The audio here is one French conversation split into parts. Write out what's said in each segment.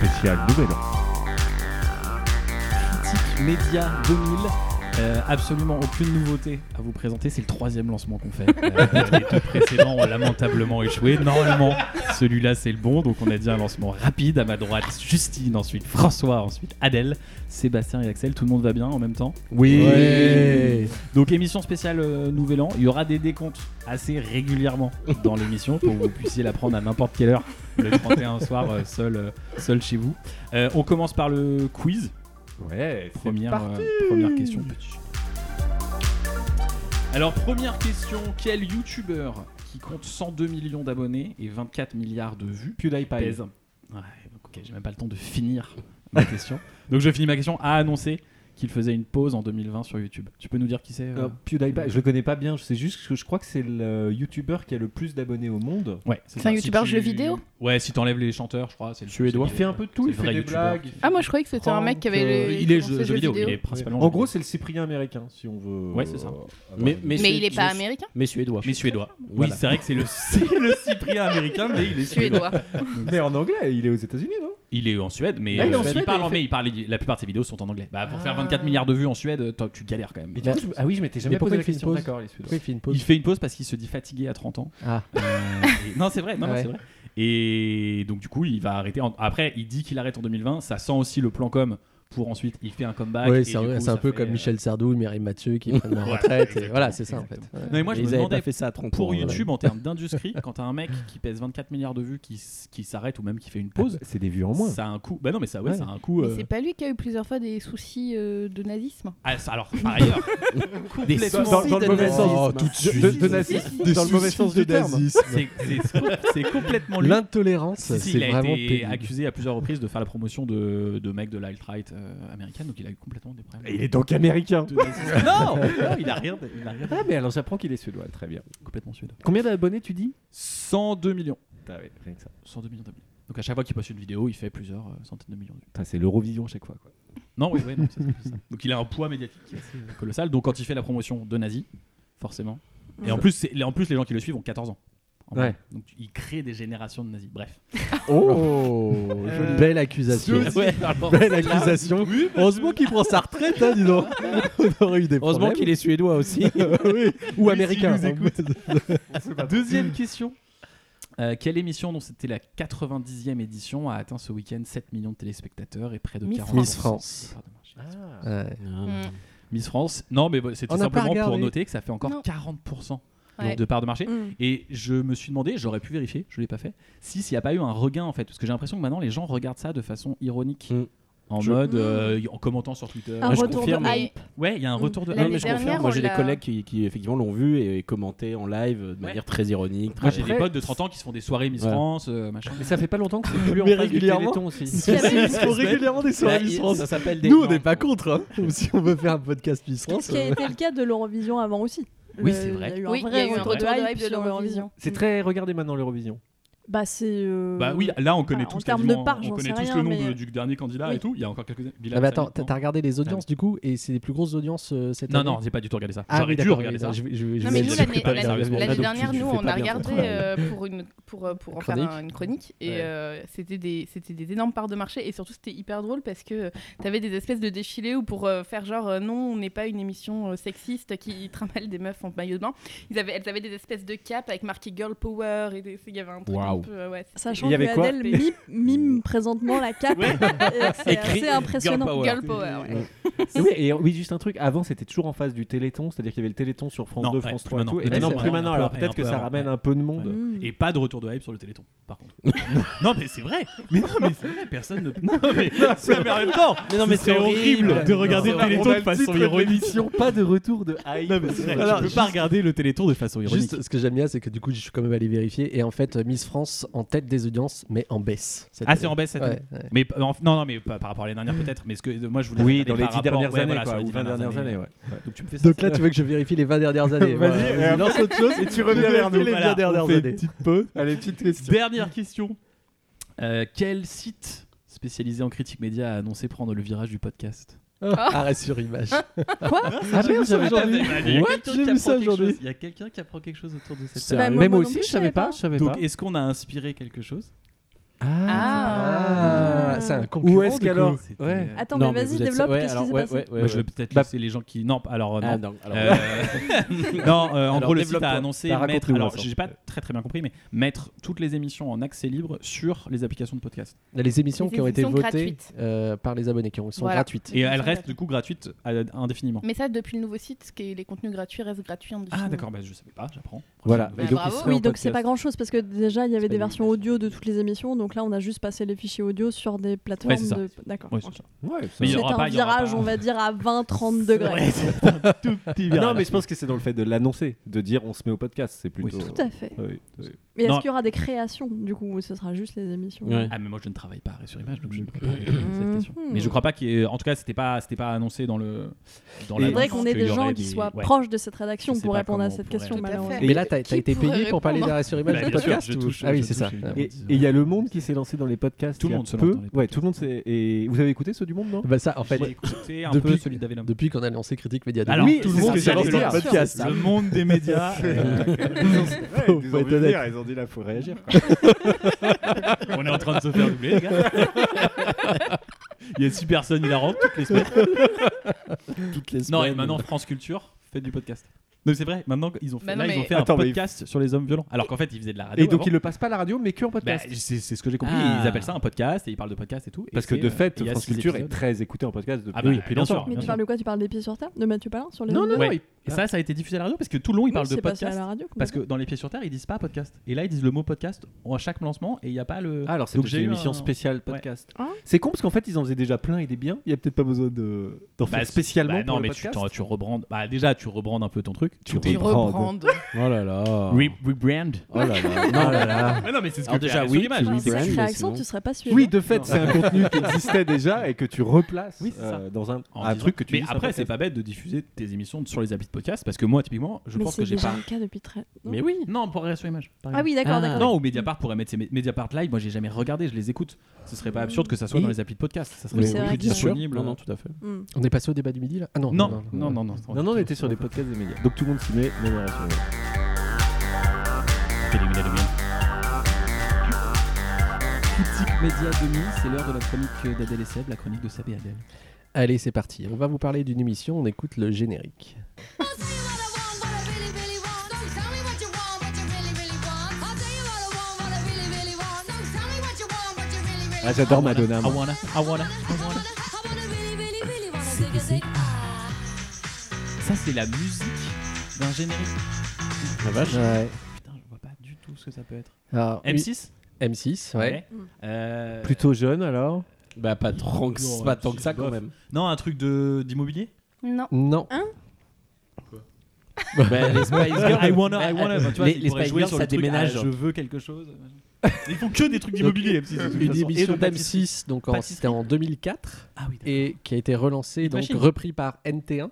spécial Nouvel An. Critique Média 2000. Euh, absolument aucune nouveauté à vous présenter. C'est le troisième lancement qu'on fait. Euh, les deux précédents ont lamentablement échoué. Normalement, celui-là c'est le bon. Donc on a dit un lancement rapide. À ma droite, Justine, ensuite François, ensuite Adèle, Sébastien et Axel. Tout le monde va bien en même temps. Oui. Ouais. Donc émission spéciale euh, Nouvel An. Il y aura des décomptes assez régulièrement dans l'émission pour que vous puissiez la prendre à n'importe quelle heure le 31 soir euh, seul, euh, seul chez vous. Euh, on commence par le quiz. Ouais, c'est Première, parti. euh, première question. Alors première question, quel youtubeur qui compte 102 millions d'abonnés et 24 milliards de vues PewDiePie. pèse Ouais, ok, j'ai même pas le temps de finir ma question. Donc je finis ma question, a annoncé qu'il faisait une pause en 2020 sur YouTube. Tu peux nous dire qui c'est Euh, euh PewDiePie, je le connais pas bien, je sais juste que je crois que c'est le youtubeur qui a le plus d'abonnés au monde. Ouais, C'est ça. un Si youtubeur tu- jeu vidéo Ouais, si t'enlèves les chanteurs, je crois, c'est le Suédois. Il fait un peu de tout, C'est il le fait vrai des youtubeur. blagues. il fait- Ah, moi je croyais que c'était un mec qui avait Franck, les. euh, il il est commençait jeu- le jeu vidéo, il est principalement En jeu gros, vidéo. c'est le Cyprien américain, si on veut. euh, Ouais, c'est ça. Mais, Mais il est pas américain Mais suédois. mais suédois. Voilà. Oui, c'est vrai que c'est le, c'est le Cyprien américain, mais il est suédois. Suédois. mais en anglais, il est aux États-Unis, non Il est en Suède, mais Ah, il est euh, en Suède, il parle mais il en fait- mais il parle, la plupart de ses vidéos sont en anglais. Bah, pour faire Ah. 24 milliards de vues en Suède, euh, toi, tu galères quand même. Mais du coup, je- Ah oui, je m'étais jamais posé pourquoi la il fait une question. pause D'accord, les Suédois. Pourquoi il fait une Il pause fait une pause parce qu'il se dit fatigué à 30 ans. Ah. Euh, et- Non, c'est vrai, non, non, Ouais. c'est vrai. Et donc, du coup, il va arrêter. en- Après, il dit qu'il arrête en 2020. Ça sent aussi le plan com pour ensuite, il fait un comeback. et Ouais, c'est du un, coup, c'est ça un peu fait, comme euh, Michel Sardou, Mireille Mathieu qui prennent leur Voilà, retraite. et exactement, voilà, c'est ça en fait. Ouais. mais moi, je ils me avaient demandais, pas fait ça à Trompe, Pour hein, YouTube, en termes d'industrie, quand t'as un mec qui pèse 24 milliards de vues, qui, s- qui s'arrête ou même qui fait une pause, Ah, C'est des vues en moins. ça a un coût. Bah non, mais ça, ouais, Ouais. ça a un coût. Mais euh, c'est pas lui qui a eu plusieurs fois des soucis euh, de nazisme Ah, ça- alors, par ailleurs, des Dans- sous- dans- dans le mauvais Oh, sens. tout de De- suite. de- de nazisme. Dans le mauvais sens du terme. c'est- c'est- c'est complètement voilà. lui. L'intolérance, Si, si, c'est il a vraiment été pénible. accusé à plusieurs reprises de faire la promotion de, de mecs de l'alt-right euh, américaine, donc il a eu complètement des problèmes. Il est donc américain. De nazisme. non, non, il a rien, de- il a rien de Ah, mais alors j'apprends qu'il est suédois, très bien. complètement suédois. Combien d'abonnés tu dis 102 millions. Ah ouais, rien que ça. 102 millions d'abonnés. Donc à chaque fois qu'il poste une vidéo, il fait plusieurs euh, centaines de millions de vues. Putain, c'est l'Eurovision à chaque fois. Quoi. Non, oui, oui, non, c'est c'est ça. Donc il a un poids médiatique qui est assez, euh, colossal. Donc quand il fait la promotion de nazi, forcément. Et en plus, c'est- en plus, les gens qui le suivent ont 14 ans. En Ouais. vrai. Donc il crée des générations de nazis. Bref. Oh, Euh, belle accusation. Ouais, alors, Belle accusation. Heureusement qu'il prend sa retraite, hein, dis donc. On aurait eu des Heureusement problèmes. qu'il est suédois aussi. Oui, Ou américain. hein. nous Deuxième question. Euh, quelle émission dont c'était la 90e édition a atteint ce week-end 7 millions de téléspectateurs et près de Miss 40 Miss France. Pardon, j'ai- Ouais. Mm. Miss France. Non, mais bah, c'était On n'a pas simplement pour regardé. noter que ça fait encore Non. 40% Ouais. de part de marché. Mm. Et je me suis demandé, j'aurais pu vérifier, je l'ai pas fait, si s'il n'y a pas eu un regain en fait, parce que j'ai l'impression que maintenant les gens regardent ça de façon ironique, Mm. en Je- mode euh, en commentant sur Twitter. Un Moi, je retour confirme. de hype. Ouais, il y a un Mm. retour de. L'année Non, mais je dernière, confirme. Moi, on j'ai des l'a- collègues qui, qui, effectivement l'ont vu et, et commenté en live euh, de Ouais. manière très ironique. Moi Très... j'ai des Après- potes de 30 ans qui se font des soirées Miss Ouais. France, euh, machin. Mais ça fait pas longtemps que c'est plus en Mais face du régulièrement. Téléthon aussi. Si, si, Ils font semaines. régulièrement des soirées Bah, Miss il- France. Ça s'appelle des. Nous, on non, n'est pas bon. contre. hein. Si on veut faire un podcast Miss France. Ce qui a été le cas de l'Eurovision avant aussi. Le- Oui, c'est Il vrai. y a eu un Oui, il y vrai a eu un retour retour de de hype hype de sur l'Eurovision. C'est très regardez maintenant l'Eurovision. Bah, c'est. euh, Bah oui, là on connaît Voilà, en tous, termes de quasiment- part, on j'en connaît sais tous rien, le nom mais- de- euh, du dernier candidat Oui. et tout. Il y a encore quelques années. Bilal bah Ah, mais Hassani, attends, t'as t'as regardé les audiences du coup et c'est les plus grosses audiences euh, cette Ah Non, année non, j'ai pas du tout regardé ça. Ah J'aurais oui, dû d'accord, regarder oui, ça. Bah, je vais- je vais- je Non, mais vais me nous, laisser l'année- préparer l'année- sérieusement. l'année Là, Ah, donc, tu- dernière, tu nous, fais on pas a bien regardé ton travail. euh, pour une, pour, euh, pour en faire Chronique. un- une chronique et Ouais. euh, c'était des, c'était des énormes parts de marché et surtout c'était hyper drôle parce que euh, t'avais des espèces de défilés où pour euh, faire genre euh, non, on n'est pas une émission euh, sexiste qui trimballe des meufs en maillot de bain, ils avaient, elles avaient des espèces de capes avec marqué girl power et des- il y avait un truc un Waouh. peu. euh, ouais, c'était- Sachant Il y que avait quoi Adèle mime, Mmh. mime présentement la cape. Ouais. et C'est Écrit assez impressionnant. Girl Power. Girl power, ouais. Et oui, et oui, juste un truc. Avant, c'était toujours en face du Téléthon, c'est-à-dire qu'il y avait le Téléthon sur France Non, 2, ouais, France plus 3 et tout. maintenant. Et Ouais, maintenant, c'est plus vrai. maintenant. Un peu Alors après, peut-être un que peu ça avant. ramène un peu de monde. Mm. Et pas de retour de hype sur le Téléthon, par contre. non, mais c'est vrai. Mais non, mais c'est vrai, personne ne. Non, mais, c'est en même temps. Mais non, mais ce c'est serait horrible. de regarder le Téléthon de façon ironique. Ah pas de retour de hype. Alors, Tu peux juste- pas regarder le Téléthon de façon ironique. Juste, ce que j'aime bien, c'est que du coup, je suis quand même allé vérifier. Et en fait, euh, Miss France en tête des audiences, mais en baisse. cette Ah, c'est année. en baisse cette année. Ouais, ouais. Mais euh, en- non, non, mais pas par rapport à l'année dernière peut-être. Mais ce que moi je voulais. Oui, dans regarder les par dix rapport- dernières ouais, années, voilà, quoi, sur les ou dix 20 dernières années, ouais. Donc tu me fais ça. Donc là, tu veux que je vérifie les 20 dernières années. Vas-y, Voilà, euh, lance autre chose. Et tu reviens vers nous. les 20 Voilà, on dernières fait une années. Ah, Allez, petite question. Dernière question. Euh, quel site spécialisé en critique média a annoncé prendre le virage du podcast Arrêt sur image. Ah merde, j'avais entendu. Il y a What quelqu'un J'ai qui vu apprend ça quelque aujourd'hui. chose. Il y a quelqu'un qui apprend quelque chose autour de cette Bah, table. moi, Même moi non aussi, plus, je savais pas, je savais pas. Donc, est-ce qu'on a inspiré quelque chose Ah, c'est un concurrent. Où est-ce du qu'alors euh, coup. C'était- Ouais. Attends, Non, mais vas-y, vous êtes- développe, ouais, qu'est-ce qui alors, s'est ouais, passé ouais, ouais, Bah, ouais. je vais peut-être Bah- laisser les gens qui. Non, alors euh, non. Ah, non, alors- Euh, non, euh, en Alors, gros, le site a développe-toi. annoncé T'as mettre. raconté où, Alors, Vincent j'ai pas très très bien compris, mais mettre toutes les émissions en accès libre sur les applications de podcast. Les émissions Les qui ont été émissions votées gratuites. euh, par les abonnés, qui ont- sont Voilà. gratuites. Et elles restent du coup gratuites euh, indéfiniment. Mais ça, depuis le nouveau site, ce qui est- les contenus gratuits restent gratuits en Ah, d'accord, bah, je savais pas, j'apprends. Voilà. Bah, Et donc, bravo. il serait en Oui, donc c'est pas podcast. grand chose parce que déjà il y avait pas des une versions audio de toutes les émissions, donc là on a juste passé les fichiers audio sur des plateformes. Ouais, c'est ça. de... D'accord. Ouais, ok. c'est ça. Ouais, Mais il y C'est aura un pas- il y aura virage, pas- on va dire, à 20-30 degrés. Ouais, c'est un tout petit Ah virage. Non, mais je pense que c'est dans le fait de l'annoncer, de dire on se met au podcast. C'est plutôt. c'est Tout à fait. Oui, oui. Mais est-ce Non. qu'il y aura des créations du coup ou ce sera juste les émissions Ouais. Ah mais moi je ne travaille pas à Arrêt sur image donc je ne peux pas répondre à cette Mhm. question. Mais je crois pas qu'il y ait... en tout cas c'était pas c'était pas annoncé dans le dans Il Il faudrait l'annonce qu'on ait qu'il y des gens aurait qui des- soient Ouais. proches de cette rédaction Je sais pour pas répondre à comment on cette pourrait- question, Tout à fait. malheureusement. Mais Et là, t'as t'as qui été pourrait payé pour parler répondre d'arrêt sur image Bah, du bien sûr, podcast je ou- touche- Ah oui, je c'est ça. touche, Ah, euh, Et et il y a le monde qui s'est lancé dans les podcasts. Tout le il y a monde se lance peu. dans les Ouais, tout le monde s'est. Et vous avez écouté ceux du monde, non Bah ça, en fait, J'ai écouté un depuis- peu celui d'Avelin. depuis qu'on a lancé Critique Média Alors, Demi, tout le c'est monde ce que s'est j'allais lancé dans dire. le podcast. Le monde des médias. euh, Faut être honnête. ils ont dit là, faut réagir. on est en train de se faire doubler les gars. Il y a six personnes hilarantes toutes les semaines. Toutes les Non et maintenant France Culture fait du podcast. Non c'est vrai, maintenant ils ont fait, Bah non, là, ils ont mais- fait Attends, un mais- podcast sur les hommes violents. Alors qu'en fait ils faisaient de la radio. Et donc avant. ils le passent pas à la radio, mais que en Bah, podcast. c'est c'est ce que j'ai compris. Ah. Ils appellent ça un podcast et ils parlent de podcast et tout. Et Parce que c'est, de euh, fait, il y a France six Culture est épisodes. très écoutée en podcast depuis. Ah bah, Oui, bien sûr, longtemps. Mais bien tu sûr. parles de quoi Tu parles des pieds sur terre De Mathieu Palin sur les Non, non, non. Ouais. il- Et ça, ça a été diffusé à la radio parce que tout le long, ils parlent de passé à podcast. la radio. Parce que dans les pieds sur terre, ils disent pas podcast. Et là, ils disent le mot podcast à chaque lancement et il n'y a pas le. Ah, alors c'est Donc peut-être j'ai une eu émission un- spéciale podcast. Hein c'est con parce qu'en fait ils en faisaient déjà plein et des biens. Il y a peut-être pas besoin de d'en Bah, faire spécialement bah, non, pour le mais podcast. tu, t'en- tu rebrandes. Bah, déjà, tu rebrandes un peu ton truc. Tu Ils reprendent. Oh là là. re- rebrand. Oh là là. Ah Non, là là. Mais non, mais c'est ce que Alors fait déjà, Arrête oui, sur l'image. tu- Avec Brand, cette mais réaction, sinon- tu serais pas suivi. Oui, de fait, c'est un contenu qui existait déjà et que tu replaces Oui, c'est ça. euh, dans un, En un disant- truc que tu mais dis, un après, c'est podcast. pas bête de diffuser tes émissions sur les applis de podcast parce que moi, typiquement, je mais pense que c'est j'ai déjà pas. le cas depuis très. non oui. Non, pour Arrêt sur image. par Ah exemple. oui, d'accord, Ah. d'accord. Non, ou Mediapart pourrait mettre ses Mé- Mediapart Live. Moi, j'ai jamais regardé, je les écoute. Ce serait pas absurde que ça soit Et- dans les applis de podcast. Ça Oui, serait c'est vrai plus que- Bien sûr. disponible. Non, non, tout à fait. Hmm. On est passé au débat du midi là Ah non, Non, non, non, non. Non, non, on était sur des podcasts des médias. Donc tout le monde s'y met. Non, non, non, non. Critique Média 2000. Critique Média 2000, c'est l'heure de la chronique d'Adèle et Seb, la chronique de Seb et Adèle. Allez, c'est parti. On va vous parler d'une émission, on écoute le générique. Ah, j'adore Madonna. I moi. wanna, I wanna, I wanna. Ça, c'est la musique d'un générique. La vache. Ouais. Putain, je vois pas du tout ce que ça peut être. Alors, oui, M6 M6, ouais. Euh, Plutôt jeune alors. Bah, pas trop que- Non, pas tant que ça, quand bof. même. Non, un truc de- d'immobilier Non. Hein Non. Bah, les Spice Girls. I wanna, I wanna. Enfin, tu vois, les- ils les pourraient Spice jouer Girls, sur ça le truc, déménage. ah, je veux quelque chose. Ils font que des trucs d'immobilier, M6. de Une toute façon. Et émission de pâtisserie. d'M6, donc en- Pâtisserie. c'était en 2004 Ah oui, d'accord. et qui a été relancée, donc Machine. Oh, repris par NT1.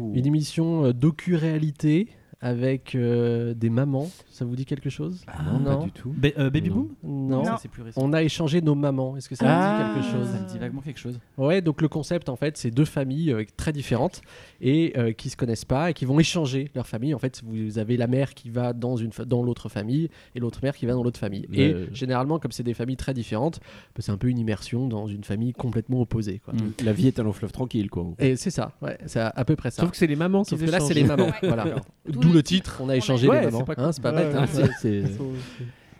Une émission euh, docu-réalité avec euh, des mamans. Ça vous dit quelque chose Non, pas du tout. Ba- euh, Baby Non. Boom Ah. Non. Ça, c'est plus récent. On a échangé nos mamans. Est-ce que ça vous Ah. dit quelque chose Ça me dit vaguement quelque chose. Ouais, donc le concept en fait, c'est deux familles euh, très différentes et euh, qui se connaissent pas et qui vont échanger leur famille. En fait, vous avez la mère qui va dans une fa- dans l'autre famille et l'autre mère qui va dans l'autre famille. Et Ouais. généralement, comme c'est des familles très différentes, bah, c'est un peu une immersion dans une famille complètement opposée. Quoi. Mm. Mmh. La vie est un long fleuve tranquille, quoi. Et c'est ça, ouais, c'est à, à peu près ça. Sauf que c'est les mamans. Sauf qui que là, échangent. c'est les mamans. Ouais. voilà. D'où D'où le le titre. On a échangé Ouais, les c'est mamans. pas hein, C'est pas, bête. hein. Ouais, c'est- c'est-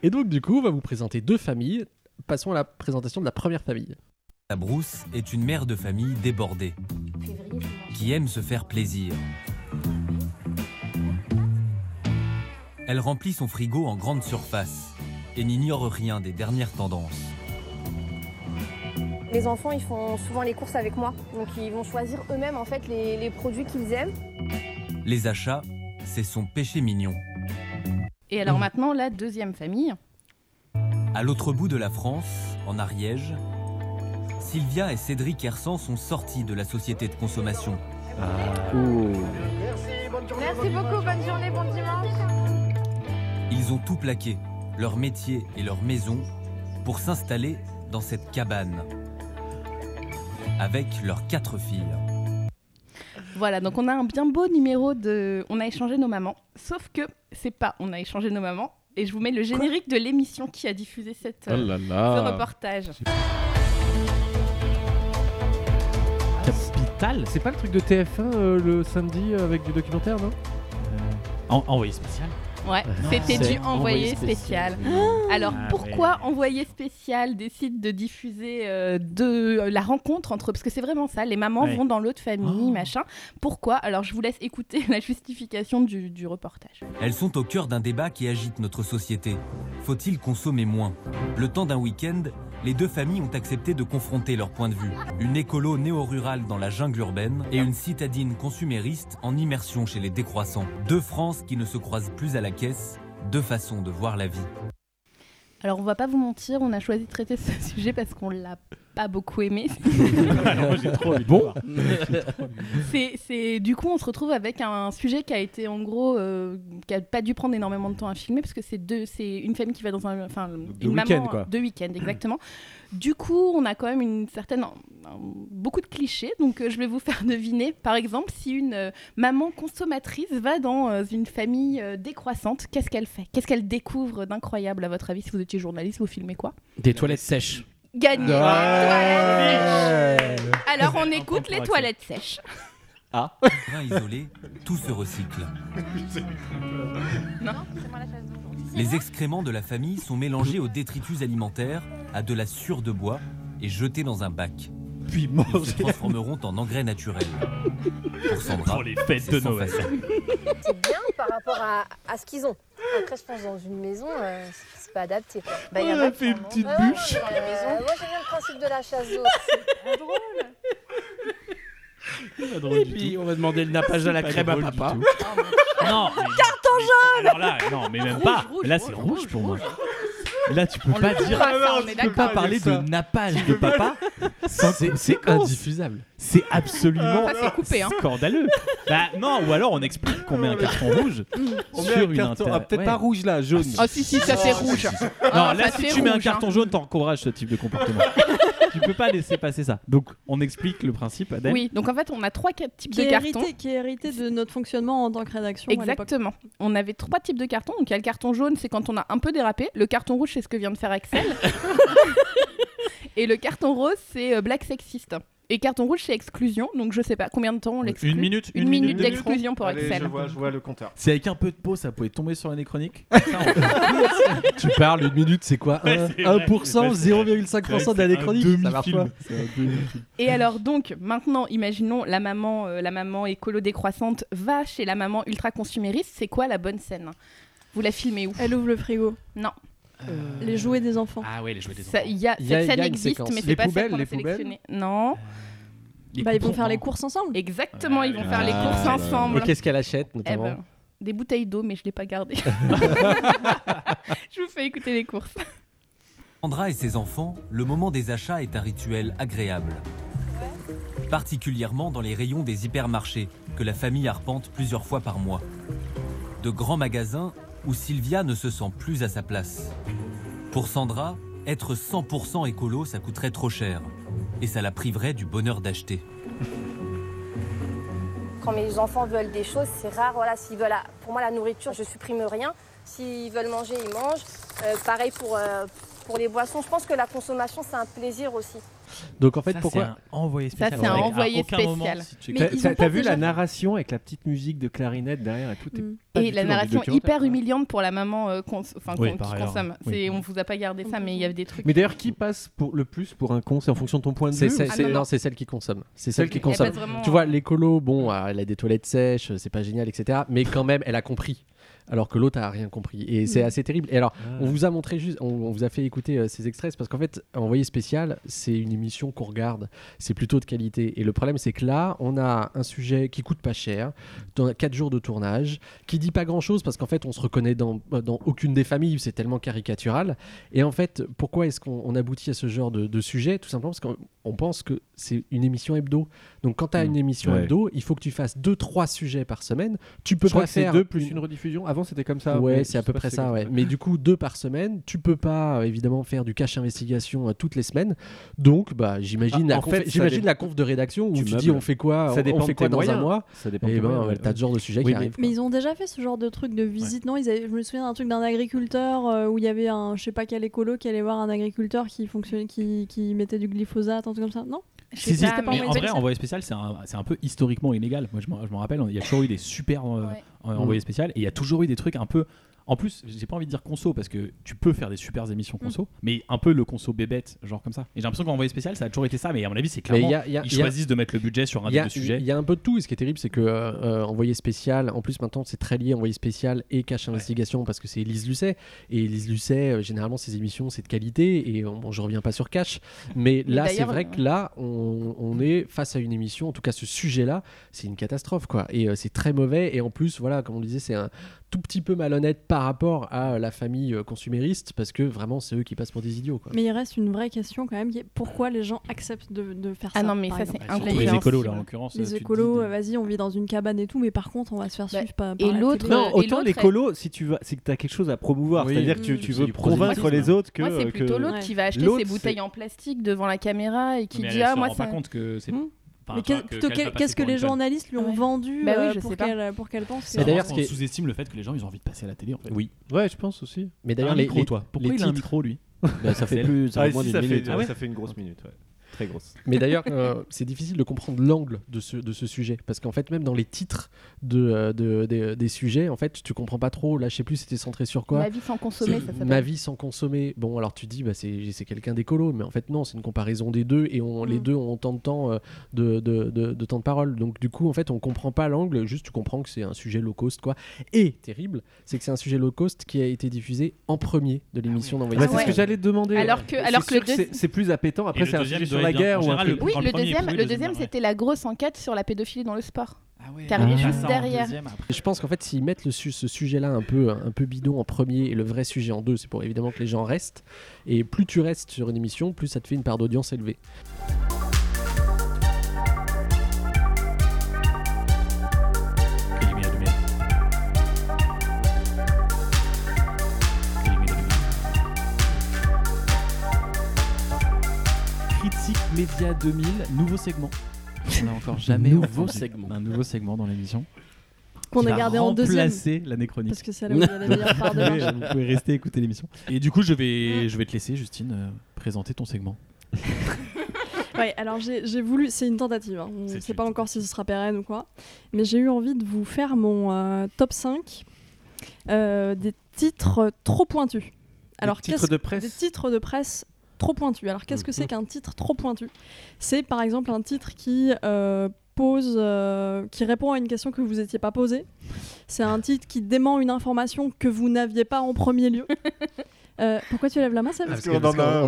Et donc, du coup, on va vous présenter deux familles. Passons à la présentation de la première famille. La Brousse est une mère de famille débordée qui aime se faire plaisir. Elle remplit son frigo en grande surface et n'ignore rien des dernières tendances. Les enfants, ils font souvent les courses avec moi. Donc ils vont choisir eux-mêmes en fait les, les produits qu'ils aiment. Les achats, c'est son péché mignon. Et alors Mmh. maintenant, la deuxième famille. À l'autre bout de la France, en Ariège, Sylvia et Cédric Hersan sont sortis de la société de consommation. Merci beaucoup, bonne journée, bon dimanche. Ils ont tout plaqué, leur métier et leur maison, pour s'installer dans cette cabane avec leurs quatre filles. Voilà, donc on a un bien beau numéro de On a échangé nos mamans. Sauf que c'est pas On a échangé nos mamans, Et je vous mets le générique de l'émission qui a diffusé cette, Oh euh, là ce là. reportage. Capital C'est pas le truc de TF1 euh, le samedi euh, avec du documentaire, non Euh, En- Envoyé spécial. Ouais, Non, c'était Ah, c'est du envoyé spécial. Alors Ah, pourquoi Envoyé spécial décide de diffuser euh, de euh, la rencontre entre parce que c'est vraiment ça, les mamans Ouais. vont dans l'autre famille, Oh. machin. Pourquoi Alors je vous laisse écouter la justification du, du reportage. Elles sont au cœur d'un débat qui agite notre société. Faut-il consommer moins Le temps d'un week-end, les deux familles ont accepté de confronter leurs points de vue. Une écolo néo-rurale dans la jungle urbaine et une citadine consumériste en immersion chez les décroissants. Deux France qui ne se croisent plus à la caisse, deux façons de voir la vie. Alors on va pas vous mentir, on a choisi de traiter ce sujet parce qu'on l'a pas beaucoup aimé. Bon, C'est- c'est du coup on se retrouve avec un sujet qui a été en gros euh, qui a pas dû prendre énormément de temps à filmer parce que c'est deux c'est une famille qui va dans un enfin deux une week-ends, maman quoi. deux week-ends exactement. du coup on a quand même une certaine un- beaucoup de clichés donc euh, je vais vous faire deviner par exemple si une euh, maman consommatrice va dans euh, une famille euh, décroissante qu'est-ce qu'elle fait qu'est-ce qu'elle découvre d'incroyable à votre avis si vous étiez journaliste vous filmez quoi Des toilettes sèches. gagner Ah. Ouais. alors on point écoute pour les Axel. toilettes sèches Grain isolé, tout se recycle. Les excréments de la famille sont mélangés aux détritus alimentaires, à de la sure de bois et jetés dans un bac. Puis Ils se manger. transformeront en engrais naturel. Pour Sandra, pour Oh, les fêtes c'est de sans Noël. façon. C'est bien par rapport à, à ce qu'ils ont. Après, je pense dans une maison, euh, c'est- c'est pas adapté. Quoi. Bah, y en a On a qui fait en une ont. petite bûche. Euh, moi, j'aime bien le principe de la chasse d'eau. Et puis on va demander le nappage à la crème à Ah. papa. Non, carte en jaune. Alors là, non, mais même pas. rouge, là, c'est rouge, rouge pour moi. Là, tu peux On pas le dire. voit, ça, Ah non, on est tu peux Pas parler dire ça. de nappage de papa. C'est c'est conséquence. indiffusable. C'est absolument Ça, c'est coupé, hein. scandaleux. Bah non, ou alors on explique qu'on met un carton rouge On met sur un une carton. inter- Ah, peut-être ouais. pas rouge là, jaune. Oh si si ça c'est rouge. Non, Ah, là, ça si fait tu mets un rouge, hein. carton jaune, t'encourages ce type de comportement. tu peux pas laisser passer ça. Donc, on explique le principe, Adèle. Oui, donc en fait, on a trois ca- types Qui de est, cartons. hérité, qui est hérité de notre fonctionnement en tant que rédaction. à l'époque. Exactement. On avait trois types de cartons. Donc il y a le carton jaune, c'est quand on a un peu dérapé. Le carton rouge, c'est ce que vient de faire Axel. Et le carton rose, c'est euh, black sexiste. Et carton rouge, c'est exclusion. Donc je sais pas combien de temps on l'exclut. Une minute, Une une minute minute. d'exclusion pour Allez, Axel. je vois, je vois le compteur. Si avec un peu de peau, ça pouvait tomber sur l'année chronique. tu parles, une minute, c'est quoi Ouais, Un- c'est 1%, vrai, c'est vrai. 0,5% de l'année chronique Ça marche pas. Et alors donc, maintenant, imaginons la maman, euh, la maman écolo décroissante va chez la maman ultra consumériste. C'est quoi la bonne scène Vous la filmez où Elle ouvre le frigo. Non. Les jouets des enfants. Ah ouais, les jouets des Ça, il y a, Il y cette a- il y scène a une existe, séquence. mais c'est Les pas celle poubelles, qu'on a les poubelles sélectionnée. Non. Bah, ils vont faire les courses ensemble. Exactement, ils vont faire les Ah, courses ouais. ensemble. Et qu'est-ce qu'elle achète Eh notamment ben, des bouteilles d'eau, mais je ne l'ai pas gardé. je vous fais écouter les courses. Sandra et ses enfants, le moment des achats est un rituel agréable. Particulièrement dans les rayons des hypermarchés que la famille arpente plusieurs fois par mois. De grands magasins où Sylvia ne se sent plus à sa place. Pour Sandra, être 100% écolo, ça coûterait trop cher. Et ça la priverait du bonheur d'acheter. Quand mes enfants veulent des choses, c'est rare. Voilà, s'ils veulent, la- pour moi, la nourriture, je supprime rien. S'ils veulent manger, ils mangent. Euh, pareil pour, euh, pour les boissons. Je pense que la consommation, c'est un plaisir aussi. Donc en fait, Ça, pourquoi c'est un envoyé Ça, spécial. c'est un Ouais, à envoyé aucun spécial. moment, si tu- Mais T'as- ils ont T'as pas t'as vu déjà- la narration avec la petite musique de clarinette derrière et tout t'es Mm. pas Et du la tout dans le narration documentaire. hyper humiliante pour la maman euh, cons- enfin, Oui, qu'on- par qui ailleurs, consomme. oui. C'est- On vous a pas gardé ça, mais il y avait des trucs. Mais d'ailleurs, qui passe pour le plus pour un con C'est en fonction de ton point de C'est vue c'est- ou- Ah, c'est- non, non. non, c'est celle qui consomme. Eh ben, C'est celle qui Elle consomme. passe vraiment- Tu vois, l'écolo, bon, euh, elle a des toilettes sèches, euh, c'est pas génial, etc. Mais quand même, elle a compris. Alors que l'autre a rien compris. Et c'est assez terrible. Et alors, on vous a montré juste, on, on vous a fait écouter euh, ces extraits c'est parce qu'en fait, Envoyé spécial, c'est une émission qu'on regarde. C'est plutôt de qualité. Et le problème, c'est que là, on a un sujet qui coûte pas cher, 4 jours de tournage, qui dit pas grand chose parce qu'en fait, on se reconnaît dans, euh, dans aucune des familles, c'est tellement caricatural. Et en fait, pourquoi est-ce qu'on on aboutit à ce genre de, de sujet Tout simplement parce qu'on on pense que c'est une émission hebdo. Donc quand tu as Mm. une émission Ouais. hebdo, il faut que tu fasses 2-3 sujets par semaine. Tu peux Je crois pas que c'est faire deux plus une- une rediffusion. diffusion. Avant, c'était comme ça. Ouais, mais c'est je à sais peu pas près si c'est ça. comme Ouais. Mais du coup, deux par semaine, tu peux pas euh, évidemment faire du cache investigation euh, toutes les semaines. Donc, bah, j'imagine Ah, la, en conf... fait, ça j'imagine dé- la conf de rédaction où Tu tu, meubles. dis on fait quoi, Ça on- on, dépend fait de quoi tes dans moyens. un mois. Ça dépend. Eh Et des ben, moyens, ouais, ouais. t'as ce genre de sujet Oui, qui mais- arrive. Mais quoi. ils ont déjà fait ce genre de truc de visite. Non, ils avaient- je me souviens d'un truc d'un agriculteur euh, où il y avait un, je sais pas quel écolo qui allait voir un agriculteur qui fonctionnait, qui, qui mettait du glyphosate, un truc comme ça. Non Je Si, si, sais pas, c'était pas mais envoyé mais en vrai, spécial. envoyé spécial, c'est un, c'est un peu historiquement illégal. Moi, je m'en je m'en rappelle, il y a toujours eu des super euh, Ouais. euh, envoyés Mm. spéciaux et il y a toujours eu des trucs un peu. En plus, j'ai pas envie de dire conso parce que tu peux faire des super émissions conso, mais un peu le conso bébête, genre comme ça. Et j'ai l'impression qu'envoyé spécial, ça a toujours été ça, mais à mon avis, c'est Mais il clairement. y a- il y a- Ils il y a- choisissent de mettre le budget sur un Il y, des a, deux sujets. il y a un peu de tout, et ce qui est terrible, c'est que euh, euh, envoyé spécial, en plus maintenant c'est très lié envoyé spécial et cache investigation parce que c'est Elise Lucet. Et Elise Lucet, euh, généralement ses émissions c'est de qualité, et euh, bon, je reviens pas sur cache, mais Mais là c'est d'ailleurs, vrai euh, que là on, on est face à une émission, en tout cas ce sujet-là, c'est une catastrophe quoi. Et euh, c'est très mauvais, et en plus, voilà, comme on le disait, c'est un tout petit peu malhonnête par rapport à euh, la famille euh, consumériste parce que vraiment c'est eux qui passent pour des idiots quoi. Mais il reste une vraie question quand même qui est pourquoi les gens acceptent de, de faire ça Ah non, mais par ça, exemple. c'est Ouais, surtout les incompréhensible. écolos, là, en l'occurrence. tu Les te dis écolos, de- euh, vas-y, on vit dans une cabane et tout, mais par contre, on va se faire Bah, suivre par, et par la l'autre, télé. euh, Non, et autant l'autre, les elle- colos, si tu vas, c'est que t'as quelque chose à promouvoir. Oui. C'est-à-dire que tu, Mm. tu C'est veux du convaincre prosélytisme. les autres que. Moi, c'est que- plutôt l'autre Ouais. qui va acheter L'autre, ses bouteilles c'est- en plastique devant la caméra et qui Mais dit elle Ah, se moi, rend ça. Mm. pas compte que c'est. Hmm. enfin, Mais tu vois, qu'est- plutôt, qu'elle va quel- passer qu'est-ce que pour les une conne. journalistes lui ont Ah ouais. vendu Bah oui, euh, je pour sais pas. qu'elle pour qu'elle pense C'est que- Et d'ailleurs, marrant, ce on qui est- sous-estime le fait que les gens, ils ont envie de passer à la télé, en fait. Oui. Ouais, je pense aussi. Mais D'ailleurs, d'ailleurs, les, les- toi. Pourquoi Pourquoi les il a un titres- micro, lui Bah, ça fait Elle. plus, ça Ah, fait si, moins d'une ça fait- minute. ah ouais. ouais, ça fait une grosse minute, ouais. Très grosse. Mais d'ailleurs, euh, c'est difficile de comprendre l'angle de ce, de ce sujet. Parce qu'en fait, même dans les titres de, euh, de- des- des sujets, en fait, tu comprends pas trop. Là, je sais plus, c'était centré sur quoi Ma vie sans consommer, ça s'appelle. Ma vie sans consommer. Bon, alors tu dis, bah, c'est c'est quelqu'un d'écolo. Mais en fait, non, c'est une comparaison des deux. Et on, les Mm. deux ont tant de temps euh, de, de, de- de temps de parole. Donc, du coup, en fait, on comprend pas l'angle. Juste, tu comprends que c'est un sujet low cost, quoi. Et terrible, c'est que c'est un sujet low cost qui a été diffusé en premier de l'émission d'Envoyer Bah, Ah ouais. c'est ce que j'allais te demander. Alors que, alors C'est que sûr le c'est- deuxi- c'est plus appétant. Après, le c'est un deuxième sujet sur doit la être bien. guerre En ou un général, truc. le- Oui, Quand le premier est deuxième, pourri, le le deuxième, deuxième, ouais. c'était la grosse enquête sur la pédophilie dans le sport. Ah ouais, T'es arrivé ah, juste ça, en derrière. deuxième, après. Et je pense qu'en fait, s'ils mettent le su- ce sujet-là un peu, un peu bidon en premier et le vrai sujet en deux, c'est pour évidemment que les gens restent. Et plus tu restes sur une émission, plus ça te fait une part d'audience élevée. Allumer la lumière. Allumer la lumière. Critique Média 2000. Nouveau segment. On n'a encore Jamais jamais nouveau entendu segment. un nouveau segment dans l'émission. qu'on qui a va gardé en deuxième. Remplacer l'anachronique. Parce que c'est là où il y a la meilleure part de marché. Vous pouvez rester écouter l'émission. Et du coup, je vais, je vais te laisser, Justine, euh, présenter ton segment. Ouais, alors j'ai j'ai voulu, c'est une tentative, hein. on C'est ne une sait pas encore si ce sera pérenne ou quoi, mais j'ai eu envie de vous faire mon euh, top 5 euh, des titres trop pointus. Alors, titres qu'est-ce- de presse Des titres de presse trop pointus. Alors qu'est-ce que c'est qu'un titre trop pointu C'est par exemple un titre qui euh, pose, euh, qui répond à une question que vous n'étiez pas posée. C'est un titre qui dément une information que vous n'aviez pas en premier lieu. Euh, pourquoi tu lèves la main, Sam parce qu'on en a un,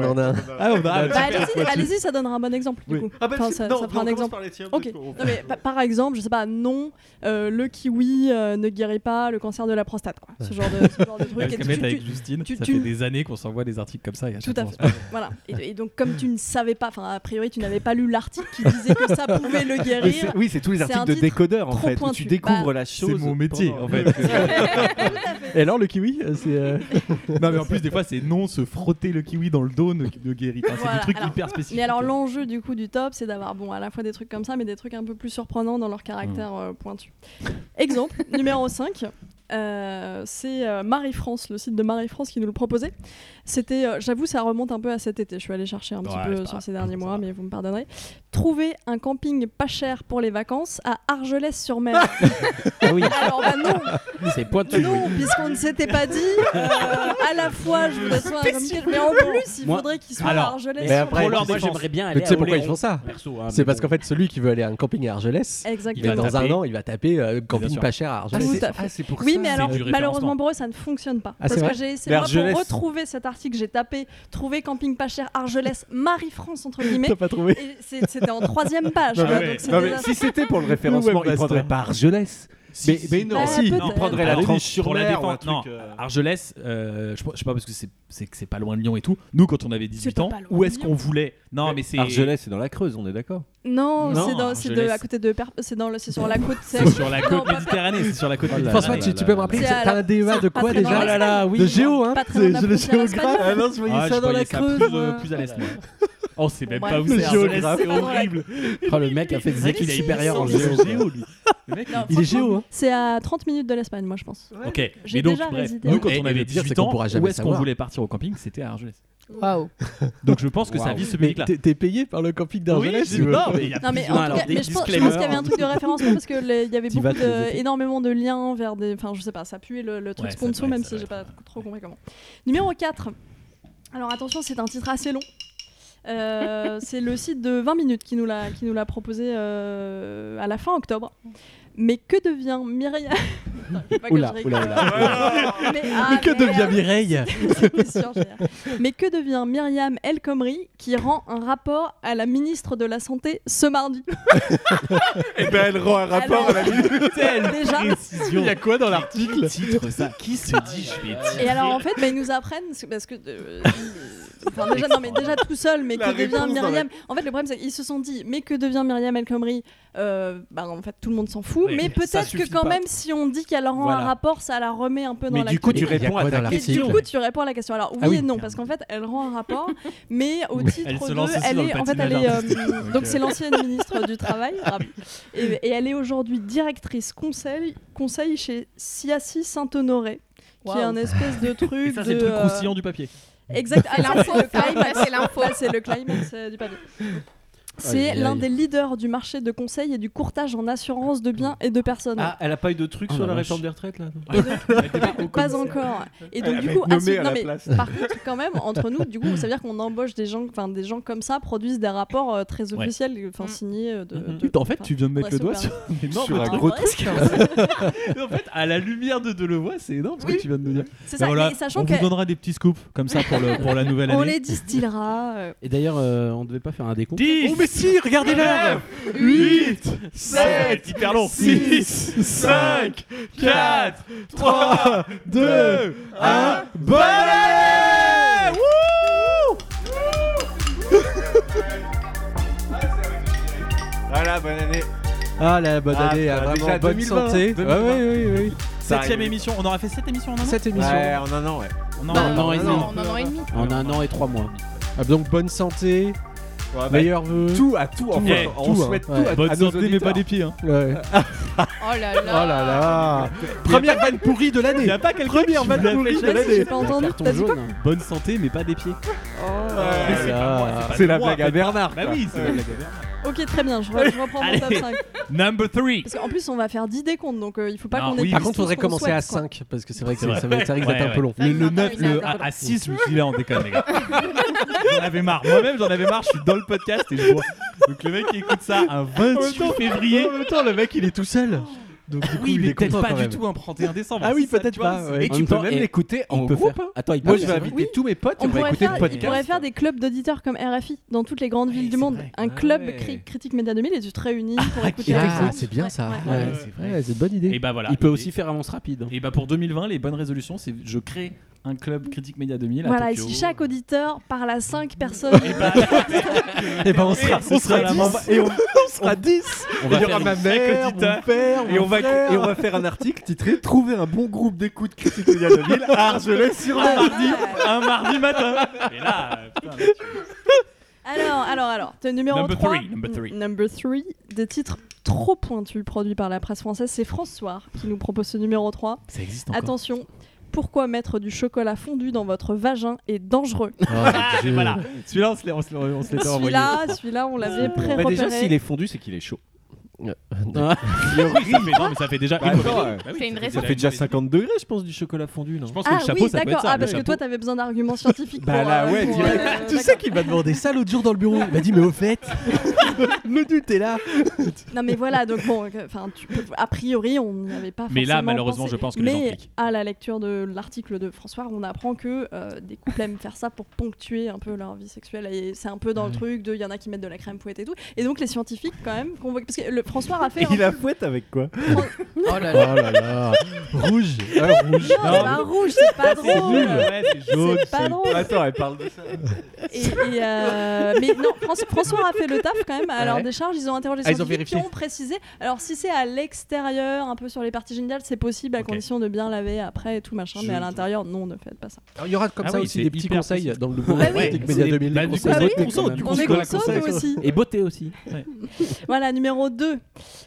Ah, on a- bah, allez-y, allez-y, ça donnera un bon exemple. Du coup. Enfin, ça, ça fera un exemple. Ok. Non, mais pa- par exemple, je sais pas, non, euh, le kiwi euh, ne guérit pas le cancer de la prostate. Quoi. Ce genre de, ce genre de truc. Parce Et que tu- mettre tu- avec Justine, tu- ça tu- fait des années qu'on s'envoie des articles comme ça. Et Tout chaque à fois, fait. voilà. Et, et donc, comme tu ne savais pas, enfin, a priori, tu n'avais pas lu l'article qui disait que ça pouvait le Mais c'est- guérir. Oui, c'est tous les C'est un articles de titre décodeur en trop fait. où pointu. Tu découvres Bah, la C'est chose. mon métier pendant- en fait. Et alors le kiwi euh, c'est, euh, non mais en plus des fois c'est non se frotter le kiwi dans le dos ne, ne guérit pas. C'est Voilà, des trucs alors- hyper spécifiques. Mais alors, l'enjeu du coup du top, c'est d'avoir bon, à la fois des trucs comme ça, mais des trucs un peu plus surprenants dans leur caractère Mm. euh, pointu. Exemple numéro 5. euh, c'est euh, Marie-France, le site de Marie-France qui nous le proposait. C'était, euh, j'avoue, ça remonte un peu à cet été. Je suis allée chercher un petit Ouais, c'est peu pas sur grave, ces derniers ça mois, va. mais vous me pardonnerez. Trouver un camping pas cher pour les vacances à Argelès-sur-Mer. Ah oui, Alors, bah non, c'est pointu. oui. Non, puisqu'on ne s'était pas dit, euh, à la fois je voudrais soit un camping, mais en plus il Moi- faudrait qu'il soit Alors, à Argelès. mais sur- après- Pour l'heure, tu moi sais- j'aimerais bien aller Mais tu sais à pourquoi Oléron. ils font ça Perso, hein, C'est mais parce bon. qu'en fait celui qui veut aller à un camping à Argelès, Il mais va Exactement. dans taper. un an il va taper euh, camping sûr. pas cher à Ah, Argelès. c'est- Tout à fait. pour Oui, mais C'est alors du référencement. malheureusement pour eux, ça ne fonctionne pas. Ah, c'est parce que vrai j'ai essayé Mais moi, Argelès- pour retrouver cet article, j'ai tapé trouver camping pas cher Argelès Marie-France entre guillemets. T'as pas trouvé Et c'est- c'était en troisième page. Non, quoi, mais- donc c'est non, mais déjà- si c'était pour le référencement, ils prendraient pas Argelès. Mais, mais non, Bah, si, peut-être. il prendrait la Alors, tranche pour sur la l'air ou un défense, non. truc. euh, Argelès, euh, je, je sais pas parce que c'est- c'est que c'est pas loin de Lyon et tout. Nous, quand on avait 18 pas ans, pas loin où est-ce de qu'on voulait Non, mais c'est Argelès, c'est dans la Creuse, on est d'accord. Non, Non, c'est dans- c'est de- Argelès. à côté de Per- c'est dans le- c'est sur la côte. c'est sur la Non, côte pas- méditerranée, c'est sur la côte. Oh là là. méditerranée. François, tu, tu peux me rappeler que C'est à t'as la- un DEA de quoi Après, dans déjà Oh l'Espagne. De géo, hein Pas très loin de la C'est le frontière espagnole. géographe. Ah non, je voyais Ah, ça je dans voyais la ça Creuse. plus, euh, moi. plus à l'est. moi. Oh, c'est même Bon, pas où bref, c'est c'est Argelès, géographe. c'est horrible. Oh, le mec a fait Ah, des études Il a supérieures en une licence géo. de géo, lui. Le mec, Non, Il est géo, hein C'est à 30 minutes de l'Espagne, moi je pense. Ok, J'ai mais donc, déjà bref, résidé. nous, quand Et- on et avait Eh, le pire, c'est 18 qu'on ans, pourra jamais où est-ce qu'on savoir. voulait partir au camping C'était à Argelès. Waouh. Donc, je pense que sa Waouh. vie se Mais publique là. t'es t'es payé par le camping Oui, d'Argelès c'est- tu veux. non, mais il y a Non mais, Non, en tout alors, cas, des mais je, pense, je disclaimer. pense qu'il y hein. avait un truc de référence parce que les- il y avait Tu beaucoup vas te les de- étés. énormément de liens vers des enfin je sais pas ça puait le, le truc Ouais, ça sponsor doit même être- ça si j'ai doit pas trop compris comment. Numéro 4. Alors attention c'est un titre assez long. Euh, c'est le site de 20 minutes qui nous l'a qui nous l'a proposé euh, à la fin octobre. Mais que devient Myriam Attends, faut pas que Oula, je rigole. oula, oula. Mais, ah, Que devient merde. Mireille C'était sûr, j'ai l'air. Mais que devient Myriam El Khomri qui rend un rapport à la ministre de la Santé ce mardi Eh ben, elle rend un rapport à la minute. Déjà. précision. Il y a quoi dans l'article titre ça Qui se dit je vais Et alors en fait, bah, ils nous apprennent parce que- parce que. euh, enfin, déjà, non, mais déjà tout seul, mais que La devient réponse dans la- Myriam En fait, le problème, c'est qu'ils se sont dit, mais que devient Myriam El Khomri Euh, bah, En fait, tout le monde s'en fout, Oui, mais mais ça peut-être que suffit quand pas. même, si on dit qu'elle rend Voilà. un rapport, ça la remet un peu dans Mais la du coup, Et tu il y a réponds quoi dans à ta Et du l'article coup, tu réponds à la question. Alors oui, Ah oui. et non, parce qu'en fait, elle rend un rapport, mais au titre Elle se de, lance aussi elle dans le est, en fait, elle patinage est, euh, artistique, donc, donc euh. Ah c'est l'ancienne ministre du travail, rappelez. et, et elle est aujourd'hui directrice conseil, conseil chez Siassi Saint-Honoré, qui est Waouh. un espèce de truc Ça, de. c'est le truc euh, croustillant du papier. Exact. Ah, là, L'info, c'est le ça, climax. c'est l'info. Là, c'est le climax euh, du papier. Aïe, C'est aïe, l'un aïe. des leaders du marché de conseil et du courtage en assurance de biens et de personnes. Ah, elle a pas eu de truc Oh sur la la vache. réforme des retraites là non Pas encore. Et donc du coup, à ce- non, mais par contre, quand même, entre nous, du coup, ça veut dire qu'on embauche des gens, enfin des gens comme ça produisent des rapports euh, très Ouais. officiels, enfin Mm. signés euh, de. Mhm. de- En fait, tu viens de mettre le doigt sur un énorme Sur un truc. gros truc. En fait, à la lumière de Delevoye, c'est énorme ce que tu viens de nous dire. C'est ça. Ben voilà, et on sachant vous qu'on donnera des petits scoops comme ça pour, le, pour la nouvelle année. les distillera. euh, Et d'ailleurs, euh, on devait pas faire un décompte. 10 Oh, mais si, regardez l'heure 8 7 hyper long 6 5 4 3 2 1 Bonne année Voilà, bonne année. Ah la bonne Ah, année, putain, ah, vraiment déjà bonne 2020, santé. 2020. Ouais, oui, oui, oui. 7ème Ça arrive. émission, on aura fait 7 émissions en un an Cette émission. Ouais, en un an, ouais. En Bah, un an et non, demi. En un an et demi. En un an et trois mois. Ah, Donc bonne santé, Ouais, bah, meilleurs vœux. Tout à tout, enfin, Eh, on tout, hein. souhaite Ouais. tout à, Bonne à nos santé mais pas auditeurs. Euh, des pieds hein. Ouais. Oh là là. Oh là là Première vanne pourrie de l'année Il Ah, y a pas quelqu'un Première qui vanne l'a pourrie fait de ouais, l'année. si, J'ai pas entendu. Carton T'as dit quoi jaune. hein. Bonne santé mais pas des pieds. Ouais. c'est Ah. pas moi, c'est pas C'est la moi, blague à en fait. Bernard. Bah quoi. oui, c'est la blague à Bernard. Ok, très bien. Je, re- je reprends mon Allez. top 5 Number 3 Parce qu'en plus, on va faire 10 décomptes, donc euh, il faut pas Non, qu'on. oui. épuise Par contre, tout ce faudrait qu'on commencer à souhaite, quoi. 5 parce que c'est vrai que C'est c'est vrai. ça va- c'est vrai que ça Ouais, va être un peu ouais. long. Le, Non, le 9, non, le non, à, non. à 6, je me suis dit là, on déconne, les gars. J'en avais marre. Moi-même, j'en avais marre. Je suis dans le podcast et je vois. Donc le mec qui écoute ça un 28 février. En même temps, le mec il est tout seul. Donc, du coup, Oui, il mais est content peut-être pas quand du même. tout un 31 décembre. Ah oui, C'est ça, peut-être tu vois, pas, c'est- ouais. Et En tu même peux temps, même et- l'écouter en il peut groupe. faire. hein. Attends, il peut Moi, je vais faire- inviter Oui. tous mes potes, on, On va pourrait, écouter faire, le il podcast. pourrait faire des clubs d'auditeurs comme RFI dans toutes les grandes villes du monde. Un club cri- critique média 2000 et tu te réunis pour écouter. Ah, les Exactement. émissions. c'est bien Ouais, ça. ouais. Ouais, Ouais, c'est ouais. vrai, c'est une bonne idée. Et bah voilà. Il peut Et- aussi faire avance rapide. Et bah pour 2020, les bonnes résolutions, c'est je crée un club critique média 2000. à Voilà, et Tokyo. si chaque auditeur parle à 5 personnes, Et Eh ben on sera, ce on sera sera la dix. membre- Et on- on sera 10 On va Il y aura faire ma une mère, cinq auditeurs. mon père, Et on, va, frère. et on va faire un article titré Trouver un bon groupe d'écoute critique média de ville à Argelès-sur-Mer. un mardi, un mardi matin. Et là, euh, putain, là, tu- Alors, alors, alors, t'as le numéro Number 3. three, number three. Number three, des titres trop pointus produits par la presse française. C'est François qui nous propose ce numéro 3. ça existe encore. Attention, pourquoi mettre du chocolat fondu dans votre vagin est dangereux Ah, mais voilà. Celui-là, on se l'est- on se l'est- on se l'était envoyé. Celui-là, celui-là, on l'avait pré-repéré. Bah, déjà, s'il est fondu, c'est qu'il est chaud. Oui, ça fait- non, mais ça fait déjà Bah, une attends, ouais. Bah oui, C'est une ça raison. Ça fait déjà 50 degrés, je pense, du chocolat fondu. Non Je pense que ah le chapeau, oui, ça peut être d'accord. ça. Ah, le parce que chapeau. toi, t'avais besoin d'arguments scientifiques. Bah pour, là, euh, ouais, pour, direct. euh, Tu sais d'accord. qu'il m'a demandé ça l'autre jour dans le bureau. Il m'a dit, mais au fait, Le but est là. Non mais voilà, donc bon, que- enfin, tu peux- a priori, on n'y avait pas Mais là, forcément malheureusement, pensé. je pense que les gens Mais cliquent. à la lecture de l'article de François, on apprend que euh, des couples aiment faire ça pour ponctuer un peu leur vie sexuelle. Et c'est un peu dans le Ah truc de, il y en a qui mettent de la crème fouette et tout. Et donc les scientifiques quand même convoquent, parce que le François a fait. Et il a fouette avec quoi Oh là là. Rouge. Ah, rouge. Non, c'est pas rouge, c'est pas drôle. Oh, C'est pas drôle. Attends, elle parle de ça. Et, et, euh, mais non, François, François a fait le taf quand même. Alors Ouais. des charges, ils ont interrogé les Ah, ils ont scientifiques qui vérifié. ont précisé. Alors si c'est à l'extérieur, un peu sur les parties génitales, c'est possible à Ok. condition de bien laver après et tout machin. Je- Mais à l'intérieur, non, ne faites pas ça. Alors, il y aura comme Ah ça oui, aussi c'est des petits hyper conseils précis. dans le nouveau Bah oui. Tech Media C'est- 2000. Ah bah, du conseils. coup, Bah oui, Quand on même. sent, du coup, On est Nicolas consomme, Conseil. nous aussi. Et beauté aussi. Voilà, numéro 2.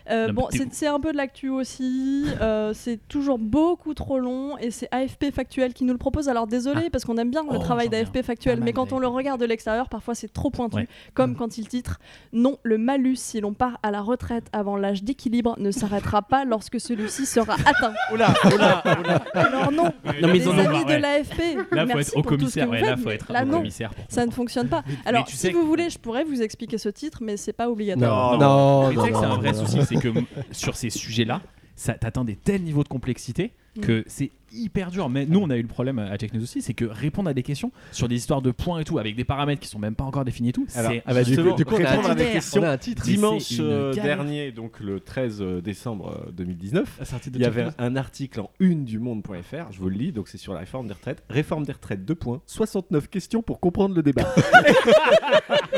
Non, bon, mais t'es c'est c'est un peu de l'actu aussi. euh, c'est toujours beaucoup trop long et c'est AFP Factuel qui nous le propose. Alors désolé, parce qu'on aime bien le Oh, travail j'aime bien. d'AFP Factuel, Pas mais mal, quand on le d'AFP. regarde de l'extérieur, parfois c'est trop pointu. Ouais. Mm. Comme quand il titre Non, le malus si l'on part à la retraite avant l'âge d'équilibre ne s'arrêtera pas lorsque celui-ci sera atteint. Oula, oula, oula. Alors non, Non, mais les ils en ont amis marre, de ouais. l'AFP, Là, faut merci être au pour tout ce que commissaire. vous ouais, faites, Là, faut mais être là, au non. commissaire. pour- Ça ne fonctionne pas. Alors, tu si sais que- vous voulez, je pourrais vous expliquer ce titre, mais c'est pas obligatoire. Non, Non, non, Mais tu non, sais que c'est non, un vrai non. souci, c'est que m- sur ces sujets-là, ça t'atteint des tels niveaux de complexité Mm. que c'est hyper dur. Mais nous, on a eu le problème à Tech News aussi, c'est que répondre à des questions sur des histoires de points et tout, avec des paramètres qui sont même pas encore définis et tout, Alors, c'est Ah bah, du coup- Justement, du coup, on a répondre un à des titre. questions. On a un titre. Mais Dimanche c'est une euh, galère. dernier, donc le 13 décembre euh, 2019, c'est un titre de il y Tech avait News. un article en une du monde.fr, je vous le lis, donc c'est sur la réforme des retraites. Réforme des retraites, deux points, 69 questions pour comprendre le débat.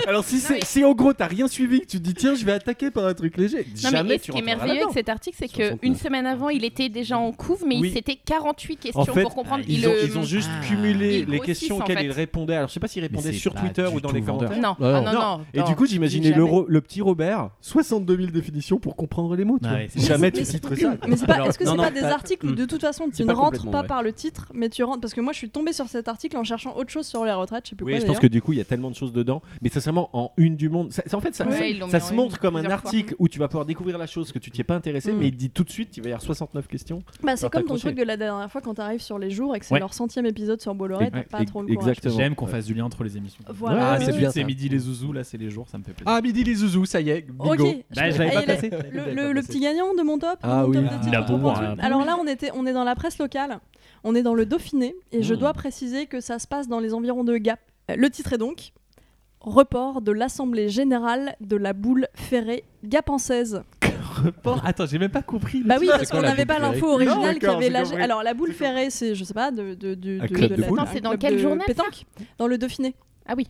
Alors si, c'est- mais- si en gros t'as rien suivi, que tu te dis tiens je vais attaquer par un truc léger, Non, mais jamais et ce tu qui est rentreras merveilleux avec là-dedans. cet article, c'est que 69. une semaine avant, il était déjà en couve, mais Oui. il s'était 48 questions En fait, pour comprendre. ils, Il, ont, euh, ils ont juste Ah. cumulé Ils les grossissent, questions en auxquelles fait. ils répondaient. Alors je sais pas s'ils répondaient c'est sur pas Twitter du ou dans tout les vendeur. commentaires. Non, Ouais, ah non. non, non. Et du coup, j'imaginais jamais. le, ro- le petit Robert, 62 000 définitions pour comprendre les mots. tu Ouais, vois. c'est- Jamais mais tu c'est- titres ça. Mais c'est pas, Alors, est-ce que non, c'est non, pas des t'as- articles où Mm. de toute façon tu C'est ne pas rentres complètement pas vrai. par le titre, mais tu rentres parce que moi je suis tombée sur cet article en cherchant autre chose sur les retraites, je sais plus Oui, quoi. je pense d'ailleurs. que du coup, il y a tellement de choses dedans. Mais sincèrement, en une du monde, ça- ça- en fait, ça, Ouais, ça- ils l'ont ça mis en se une montre comme un plusieurs fois. article où tu vas pouvoir découvrir la chose que tu t'y es pas intéressé, Mm. mais il te dit tout de suite, il va y avoir 69 questions. Bah, c'est comme Alors, t'as ton accroché. truc de la dernière fois quand t'arrives sur les jours et que c'est Ouais. leur centième épisode sur Bolloré, t'as Ouais, pas trop le courage. Exactement. J'aime qu'on fasse du lien entre les émissions. Voilà. Ah, c'est c'est bien, C'est ça. midi les zouzous, là, c'est les jours, ça me fait plaisir. Ah, midi les zouzous, ça y est. Bingo. Ok, je- Bah, je l'avais et pas le- placé. le, le- le petit gagnant de mon top, Ah mon oui. top Ah, de titre, la mon bombe, point de hein. vue. Alors là, on, était, on est dans la presse locale, on est dans le Dauphiné, et Hmm. je dois préciser que ça se passe dans les environs de Gap. Euh, Le titre est donc Report de l'Assemblée Générale de la Boule Ferrée Gapensaise. Bon, Attends, j'ai même pas compris. Bah oui, C'est parce quoi qu'on la n'avait boule pas ferrée l'info Non, originale qui d'accord, avait j'ai la. compris. Alors la boule ferrée, c'est, je sais pas, de. de, de, Un club de la- boule. un Attends, c'est dans club quel de journal, ça Pétanque Dans le Dauphiné. Ah oui.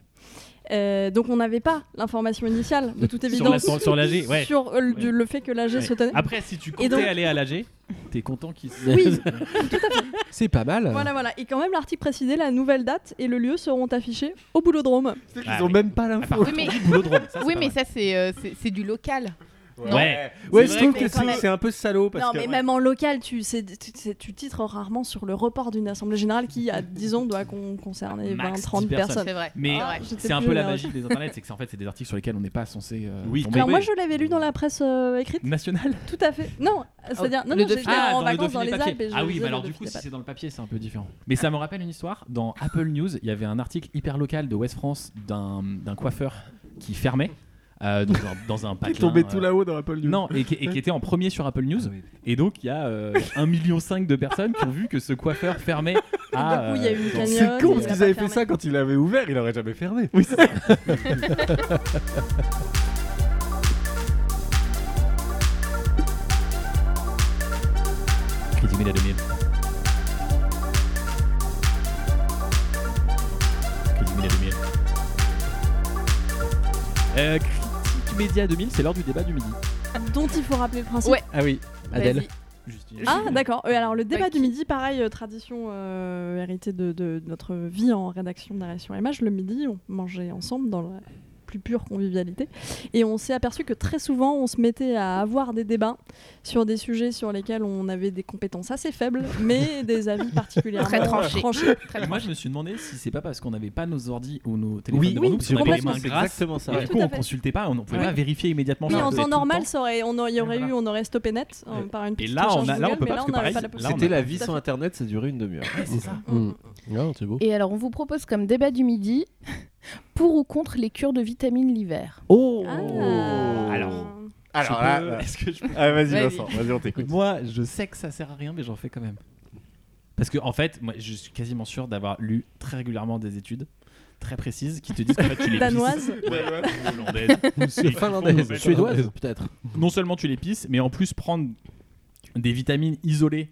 Euh, donc on n'avait pas l'information initiale, de toute Sur la- évidence, sur- sur l'AG, ouais. sur, euh, le- du- le fait que l'AG Ouais. se tenait. Après, si tu comptais donc- aller à l'AG, t'es content qu'ils se. Oui, C'est pas mal. Voilà, voilà. Et quand même, l'article précisait la nouvelle date et le lieu seront affichés au boulodrome. Ils Ah, ont oui. même pas Ah, par Oui, l'info. contre, mais- on dit boulodrome, ça, c'est Oui, pas mais mal. ça, c'est euh, c'est- c'est du local. Ouais. Ouais, C'est je vrai trouve que que quand même- c'est c'est un peu salaud parce non, que. mais même en local, tu, c'est- tu, c'est- tu titres rarement sur le report d'une assemblée générale qui, à, disons, doit con- concerner Max 20-30 10 personnes. personnes. C'est vrai. Mais Ah ouais. j'étais c'est un plus peu la généreuse. magie des internets, c'est que c'est en fait c'est des articles sur lesquels on n'est pas censé euh, Oui. tomber. Alors, moi, je l'avais lu dans la presse euh, écrite, national. tout à fait. Oh. Non, c'est-à-dire, non, le non, j'étais Dauphiné. en vacances dans les Alpes. et je ah oui, lisais mais le alors du coup, Dauphiné si papier. c'est dans le papier, c'est un peu différent. Mais ça me rappelle une histoire. Dans Apple News, il y avait un article hyper local de West France d'un d'un coiffeur qui fermait euh, dans un, dans un Ils patelin, tombaient euh, tout là-haut dans Apple News. Non, et, qui- et qui était en premier sur Apple Ah News. Et donc, il y a euh, 1,5 million de personnes qui ont vu que ce coiffeur fermait Du à. coup, il y a eu une euh, cagnotte. C'est il con parce l'a qu'ils pas avaient fait fermé. ça quand il l'avait ouvert, il aurait jamais fermé. Critique Média 2000. Critique Média 2000. Euh, Critique Média 2000, c'est l'heure du débat du midi. Dont il faut rappeler le principe. Ouais. Ah oui, Adèle. Ah d'accord. Euh, alors le débat Ouais, du qui- midi, pareil, euh, tradition euh, héritée de, de notre vie en rédaction d'Arrestion Image. Le midi, on mangeait ensemble dans la plus pure convivialité. Et on s'est aperçu que très souvent, on se mettait à avoir des débats sur des sujets sur lesquels on avait des compétences assez faibles, mais des avis particulièrement Très tranchés. Et moi, je me suis demandé si c'est pas parce qu'on n'avait pas nos ordi ou nos téléphones Oui, devant oui, nous, parce qu'on avait les complètement. mains C'est grasses. exactement ça. Et ouais. du Tout coup, à on fait. consultait pas, on ne pouvait Ouais. pas vérifier immédiatement. Mais Enfin, en on faisait temps tout le normal, temps. ça aurait, on aurait- il y aurait eu, on aurait stoppé net euh, Ouais. par une petite là, on recherche a- là, on Google, peut mais pas, là, parce on que n'avait pareil, pas la là, possibilité. C'était la vie Tout à sans fait. internet, ça durait une demi-heure. Hmm. Ouais, c'est ça. Mm. Non, c'est beau. Et alors, on vous propose comme débat du midi Pour ou contre les cures de vitamines l'hiver Oh Ah. Alors, Oh. Alors Je là, peux- là, est-ce que je peux- ah, vas-y Vas-y. Vincent, vas-y on t'écoute. Moi, je sais que ça sert à rien, mais j'en fais quand même. Parce que, en fait, moi, je suis quasiment sûr d'avoir lu très régulièrement des études très précises qui te disent que tu les Danoise Hollandaise. Finlandaise. Suédoise, peut-être. non seulement tu l'épices, mais en plus prendre des vitamines isolées.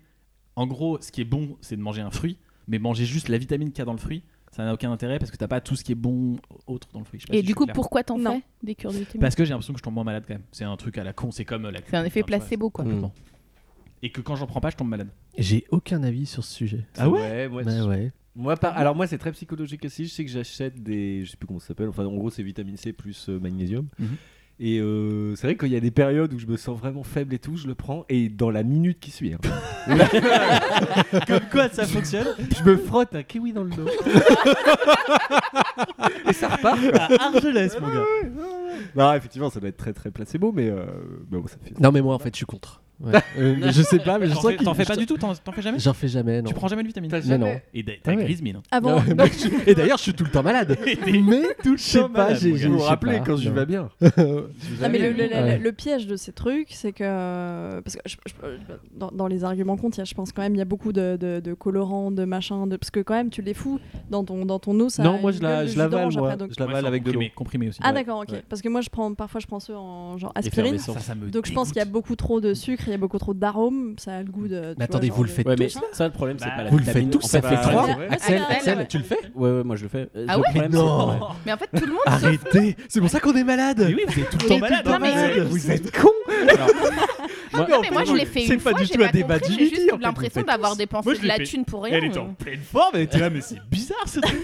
En gros, ce qui est bon, c'est de manger un fruit, mais manger juste la vitamine qu'il y a dans le fruit, ça n'a aucun intérêt parce que t'as pas tout ce qui est bon autre dans le fruit. Je sais pas Et Bah, si je du suis coup, clair. pourquoi t'en Non. fais des cures de vitamines Parce que j'ai l'impression que je tombe moins malade quand même. C'est un truc à la con, c'est comme euh, la. C'est un effet enfin, tu vois, placebo, quoi. complètement. Et que quand j'en prends pas, je tombe malade. J'ai aucun avis sur ce sujet. ah ouais, moi, Bah ouais. Moi, par- alors moi, c'est très psychologique aussi. Je sais que j'achète des, je sais plus comment ça s'appelle. Enfin, en gros, c'est vitamine C plus euh, magnésium. Mhm. Et euh, c'est vrai qu'il y a des périodes où je me sens vraiment faible et tout, je le prends et dans la minute qui suit. hein. Comme quoi ça fonctionne Je me frotte un kiwi dans le dos. et ça repart. À Argelès, mon gars. Non, effectivement, ça doit être très très placebo, mais euh, bah, bon, ça fait. Non mais moi en fait je suis contre. Ouais. Euh, je sais pas mais je T'en sens fais, qu'il- t'en fais je- pas du tout, t'en t'en fais jamais J'en fais jamais non. Tu prends jamais de vitamine jamais- Non, non. Et t'as t'as hein. Ah ouais. grise mine. Avant, Non, mais je- Et d'ailleurs je suis tout le temps malade. mais tout le temps malade, mon gars. Vous Vous vous rappelez quand je vais vais bien Ah, mais le, le- le- Ouais. le piège de ces trucs, c'est que. Parce que je- je- je- dans, dans les arguments qu'on tient, je pense quand même, il y a beaucoup de, de- de colorants, de machins. De... Parce que quand même, tu les fous dans ton, dans ton eau. Ça a non, moi une je, la- gueule de je jus l'avale, d'orange moi. après, donc- Je l'avale avec de l'eau. comprimé, comprimé aussi. Ah, Ouais. d'accord, ok. ouais. Parce que moi, je prends, parfois, je prends ceux en genre aspirine. Ça, ça me Donc je pense qu'il y a dégoûte. beaucoup trop de sucre, il y a beaucoup trop d'arômes, ça a le goût de. tu vois, attendez, genre vous le de- faites Ouais, mais tous. ça, le problème, c'est Bah, pas la Vous le vitamine. faites tous, En ça fait bah, trois. ouais. ouais. Axel, Ah, Axel, ouais. tu le fais Ouais, ouais, moi je le fais. Euh, Ah le ouais problème, Mais c'est- non. ouais. Mais en fait, tout le monde. Arrêtez, c'est pour ça qu'on est malade. Mais oui, vous êtes tout le temps malade. Non, mais- hein. Vous êtes con. Non, mais moi, je l'ai fait une C'est pas fois. du j'ai tout un pas débat compris, d'unité, J'ai juste en fait, vous l'impression faites d'avoir tous. Moi, dépensé je de l'ai la fait. thune pour rien. hein. Elle est en pleine forme, elle était là, mais c'est bizarre ce truc.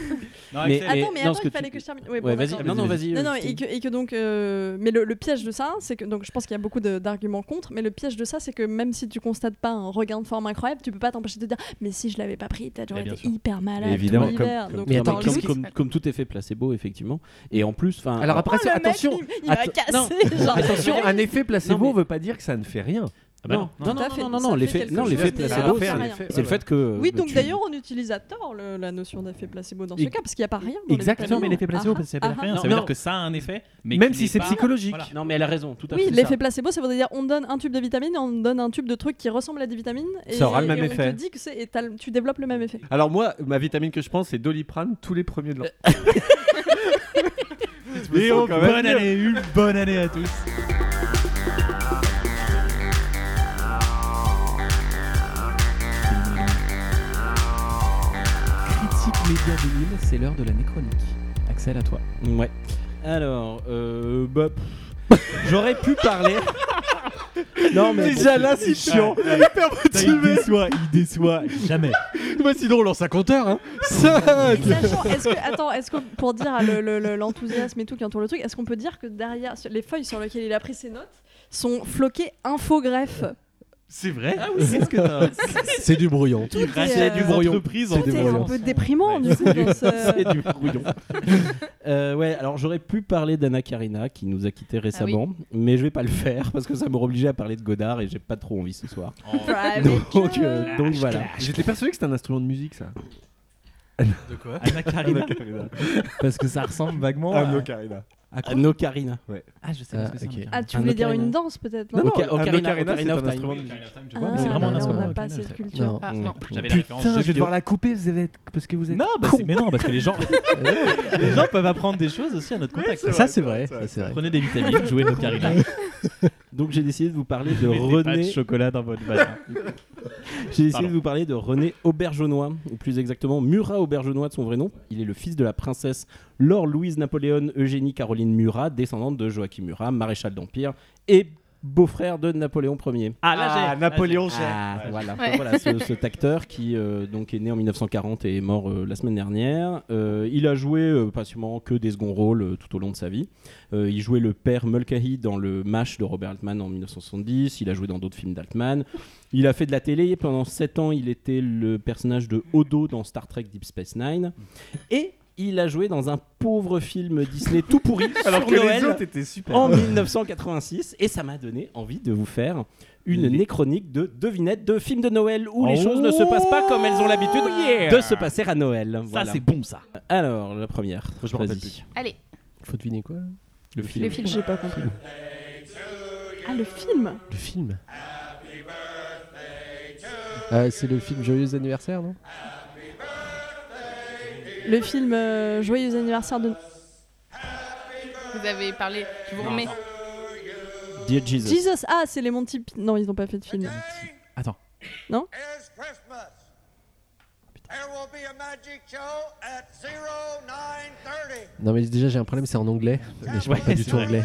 Non, Mais- Axel, Attends, mais non, attends, ce il que fallait tu- que je termine. Oui, Ouais, bon, vas-y. d'accord. Non, non, vas-y. Non, euh, non, c'était- et que, et que donc. euh, mais le, le piège de ça, c'est que. Donc, je pense qu'il y a beaucoup de- d'arguments contre, mais le piège de ça, c'est que même si tu constates pas un regain de forme incroyable, tu peux pas t'empêcher de te dire Mais si je l'avais pas pris, t'as Eh j'aurais bien été sûr. hyper malade. Mais évidemment, tout l'hiver. comme- Donc, euh, mais dans attends, le comme, qu'est-ce qui- doute- comme- comme tout est fait placebo, effectivement. Et en plus, enfin. Alors après, Oh, le mec, attention, il- il m'a Att- cassé, non. genre. attention, un effet placebo Non, mais- veut pas dire que ça ne fait rien. Ah bah non, non, Tout à non, fait, non, non, ça non, fait l'effet quelque non, chose, l'effet mais placebo, ça fait c'est rien. c'est le fait que. Oui, bah, donc tu- d'ailleurs, on utilise à tort le- la notion d'effet placebo dans ce Et- cas, parce qu'il n'y a pas rien. dans Exactement, mais les l'effet placebo, parce que ça veut ah, dire rien. ah. Ça veut Non. dire que ça a un effet, mais Même qu'il si n'est c'est pas- psychologique. Voilà. Non, mais elle a raison, tout à fait. Oui, ça. l'effet placebo, ça veut dire on donne un tube de vitamine et on donne un tube de truc qui ressemble à des vitamines. Et, euh, Ça aura le même et On effet. te dit que c'est, et t'as le- tu développes le même effet. Alors moi, ma vitamine que je prends, c'est Doliprane tous les premiers de l'an. Et oh, bonne année, une bonne année à tous. Critique Média 2000, c'est l'heure de la nécronique. Axel, à toi. Ouais. Alors, euh, bah, pff, j'aurais pu parler. non, mais. Déjà là, c'est chiant. Il déçoit, il déçoit jamais. Bah sinon on lance un compteur hein. Ça. Et sachant, est-ce que, attends, est-ce que pour dire le- le- le- l'enthousiasme et tout qui entoure le truc, est-ce qu'on peut dire que derrière ce- les feuilles sur lesquelles il a pris ses notes sont floquées infogreffe Ah C'est vrai Qu'est-ce que t'as C'est du brouillon. Tout est, Il y a du euh, brouillon. Entreprise en tout est un brouillon. peu déprimant du coup. dans ce- C'est du brouillon. Euh, ouais, alors j'aurais pu parler d'Anna Karina qui nous a quittés récemment, Ah mais je vais pas le faire parce que ça m'aurait obligé à parler de Godard et j'ai pas trop envie ce soir. Oh. Private Donc, joke. euh, donc voilà. J'étais persuadé que c'était un instrument de musique, ça. De quoi Anna Karina, parce que ça ressemble Ah, vaguement à, Carina. à quoi Anna Karina. Ah, je sais Ah, pas ce que c'est. ok. Anna Karina. Ah, tu un voulais dire ocarina. une danse peut-être Non, non non, Oca- un Ocarina- ocarina, c'est Ocarina of un Time. instrument de musique. Tu vois, mais Ah, c'est vraiment un alors instrument. On n'a ok, pas non, cette c'est- culture. Non. Ah, non. J'avais la référence. Putain, je jeu vais vidéo. devoir la couper, vous êtes- parce que vous êtes. Non, bah, c'est- mais non, parce que les gens, les gens peuvent apprendre des choses aussi à notre contexte. Ça c'est vrai. Ça c'est vrai. Prenez des vitamines, jouez nos carina. Donc j'ai décidé de vous parler de Mettez pas de René. chocolat dans votre vagin. J'ai essayé Pardon. de vous parler de René Aubergenois, ou plus exactement Murat Aubergenois de son vrai nom. Il est le fils de la princesse Laure Louise Napoléon Eugénie Caroline Murat, descendante de Joachim Murat, maréchal d'Empire et beau-frère de Napoléon Ier. Ah, là, j'ai. Napoléon Ah, voilà, Ouais. voilà ce, cet acteur qui euh, donc est né en 1940 et est mort euh, la semaine dernière. Euh, il a joué euh, patiemment que des seconds rôles euh, tout au long de sa vie. Euh, il jouait le père Mulcahy dans le MASH de Robert Altman en 1970. Il a joué dans d'autres films d'Altman. Il a fait de la télé. Pendant 7 ans, il était le personnage de Odo dans Star Trek Deep Space Nine. Et il a joué dans un pauvre film Disney tout pourri Alors sur que Noël les autres étaient super. en 1986 et ça m'a donné envie de vous faire une néchronique de devinettes de films Oh de Noël où les choses ne se passent pas comme elles ont l'habitude de se passer à Noël. Ça, Voilà. c'est bon, ça. alors, la première. Je Vas-y. Allez, Faut deviner quoi là Le le film. film. J'ai pas compris. Ah, le film Le film Euh, C'est le film Joyeux anniversaire, non Le film euh, Joyeux anniversaire de. Vous avez parlé, je vous remets. Dear Jesus. Jesus Ah, c'est les Monty. Python. Non, ils n'ont pas fait de film. Attends. is Christmas. There will be a magic show at 0930. Non, mais déjà, j'ai un problème, c'est en anglais. Mais je parle Ouais, pas du c'est tout vrai. anglais.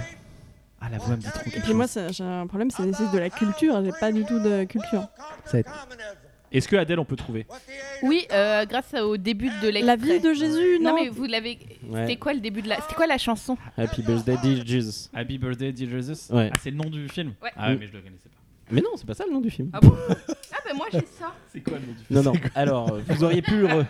Ah, la voix me dit trop Et quelque puis chose. moi, c'est- j'ai un problème, c'est c'est de la culture. J'ai pas du tout de culture. Ça va être- Communism. Est-ce que Adèle, on peut trouver What the age Oui, euh, grâce au début de l'extrait. La vie de Jésus, non, Non, mais vous l'avez. Ouais. C'était quoi le début de la. C'était quoi la chanson Happy birthday, dear Jesus. Happy Birthday, Dear Jesus Ouais. Mm. Ah, c'est le nom du film Ouais. Ah, mais je le connaissais pas. Mais non, c'est pas ça le nom du film. Ah bon Ah, bah moi j'ai ça. C'est quoi le nom du Non, non. Alors, euh, vous auriez pu. re-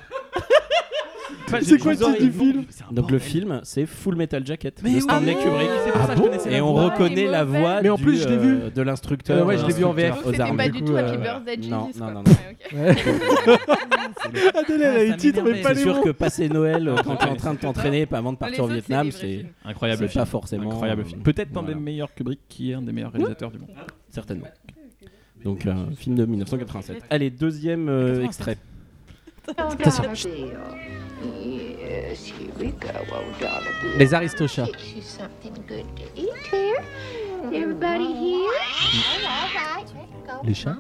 C'est quoi le titre du film Donc, le film, c'est Full Metal Jacket. Mais de oui, Stanley oui, Kubrick. c'est pour ça que je connaissais Et la on voix. reconnaît Elle est la mauvaise. voix Mais en du, plus, je l'ai vu. euh, de l'instructeur. Euh, ouais, je l'ai vu en l'instructeur VF. Donc aux c'était armes. pas du du coup, tout Happy euh, Birthday Jesus. non, non, quoi. non. Ah, Ouais, ok. Adèle, elle a les titres, mais C'est sûr que passer Noël euh, quand t'es en train de t'entraîner pas avant de Les partir au autres, c'est Vietnam, des vrais c'est films. Incroyable c'est pas film. forcément. Incroyable euh, film. Peut-être un voilà. des meilleurs Kubrick qui est un des meilleurs réalisateurs du monde. Certainement. Donc, euh, film de 1987. Allez, deuxième euh, extrait. Les Aristochats. Les chats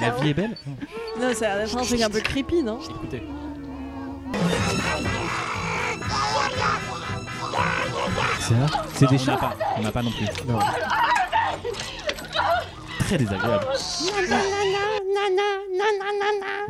La vie est belle Non, c'est un truc un peu creepy, non Écoutez. C'est des Ah, On n'a pas, on n'a pas non plus. Très désagréable.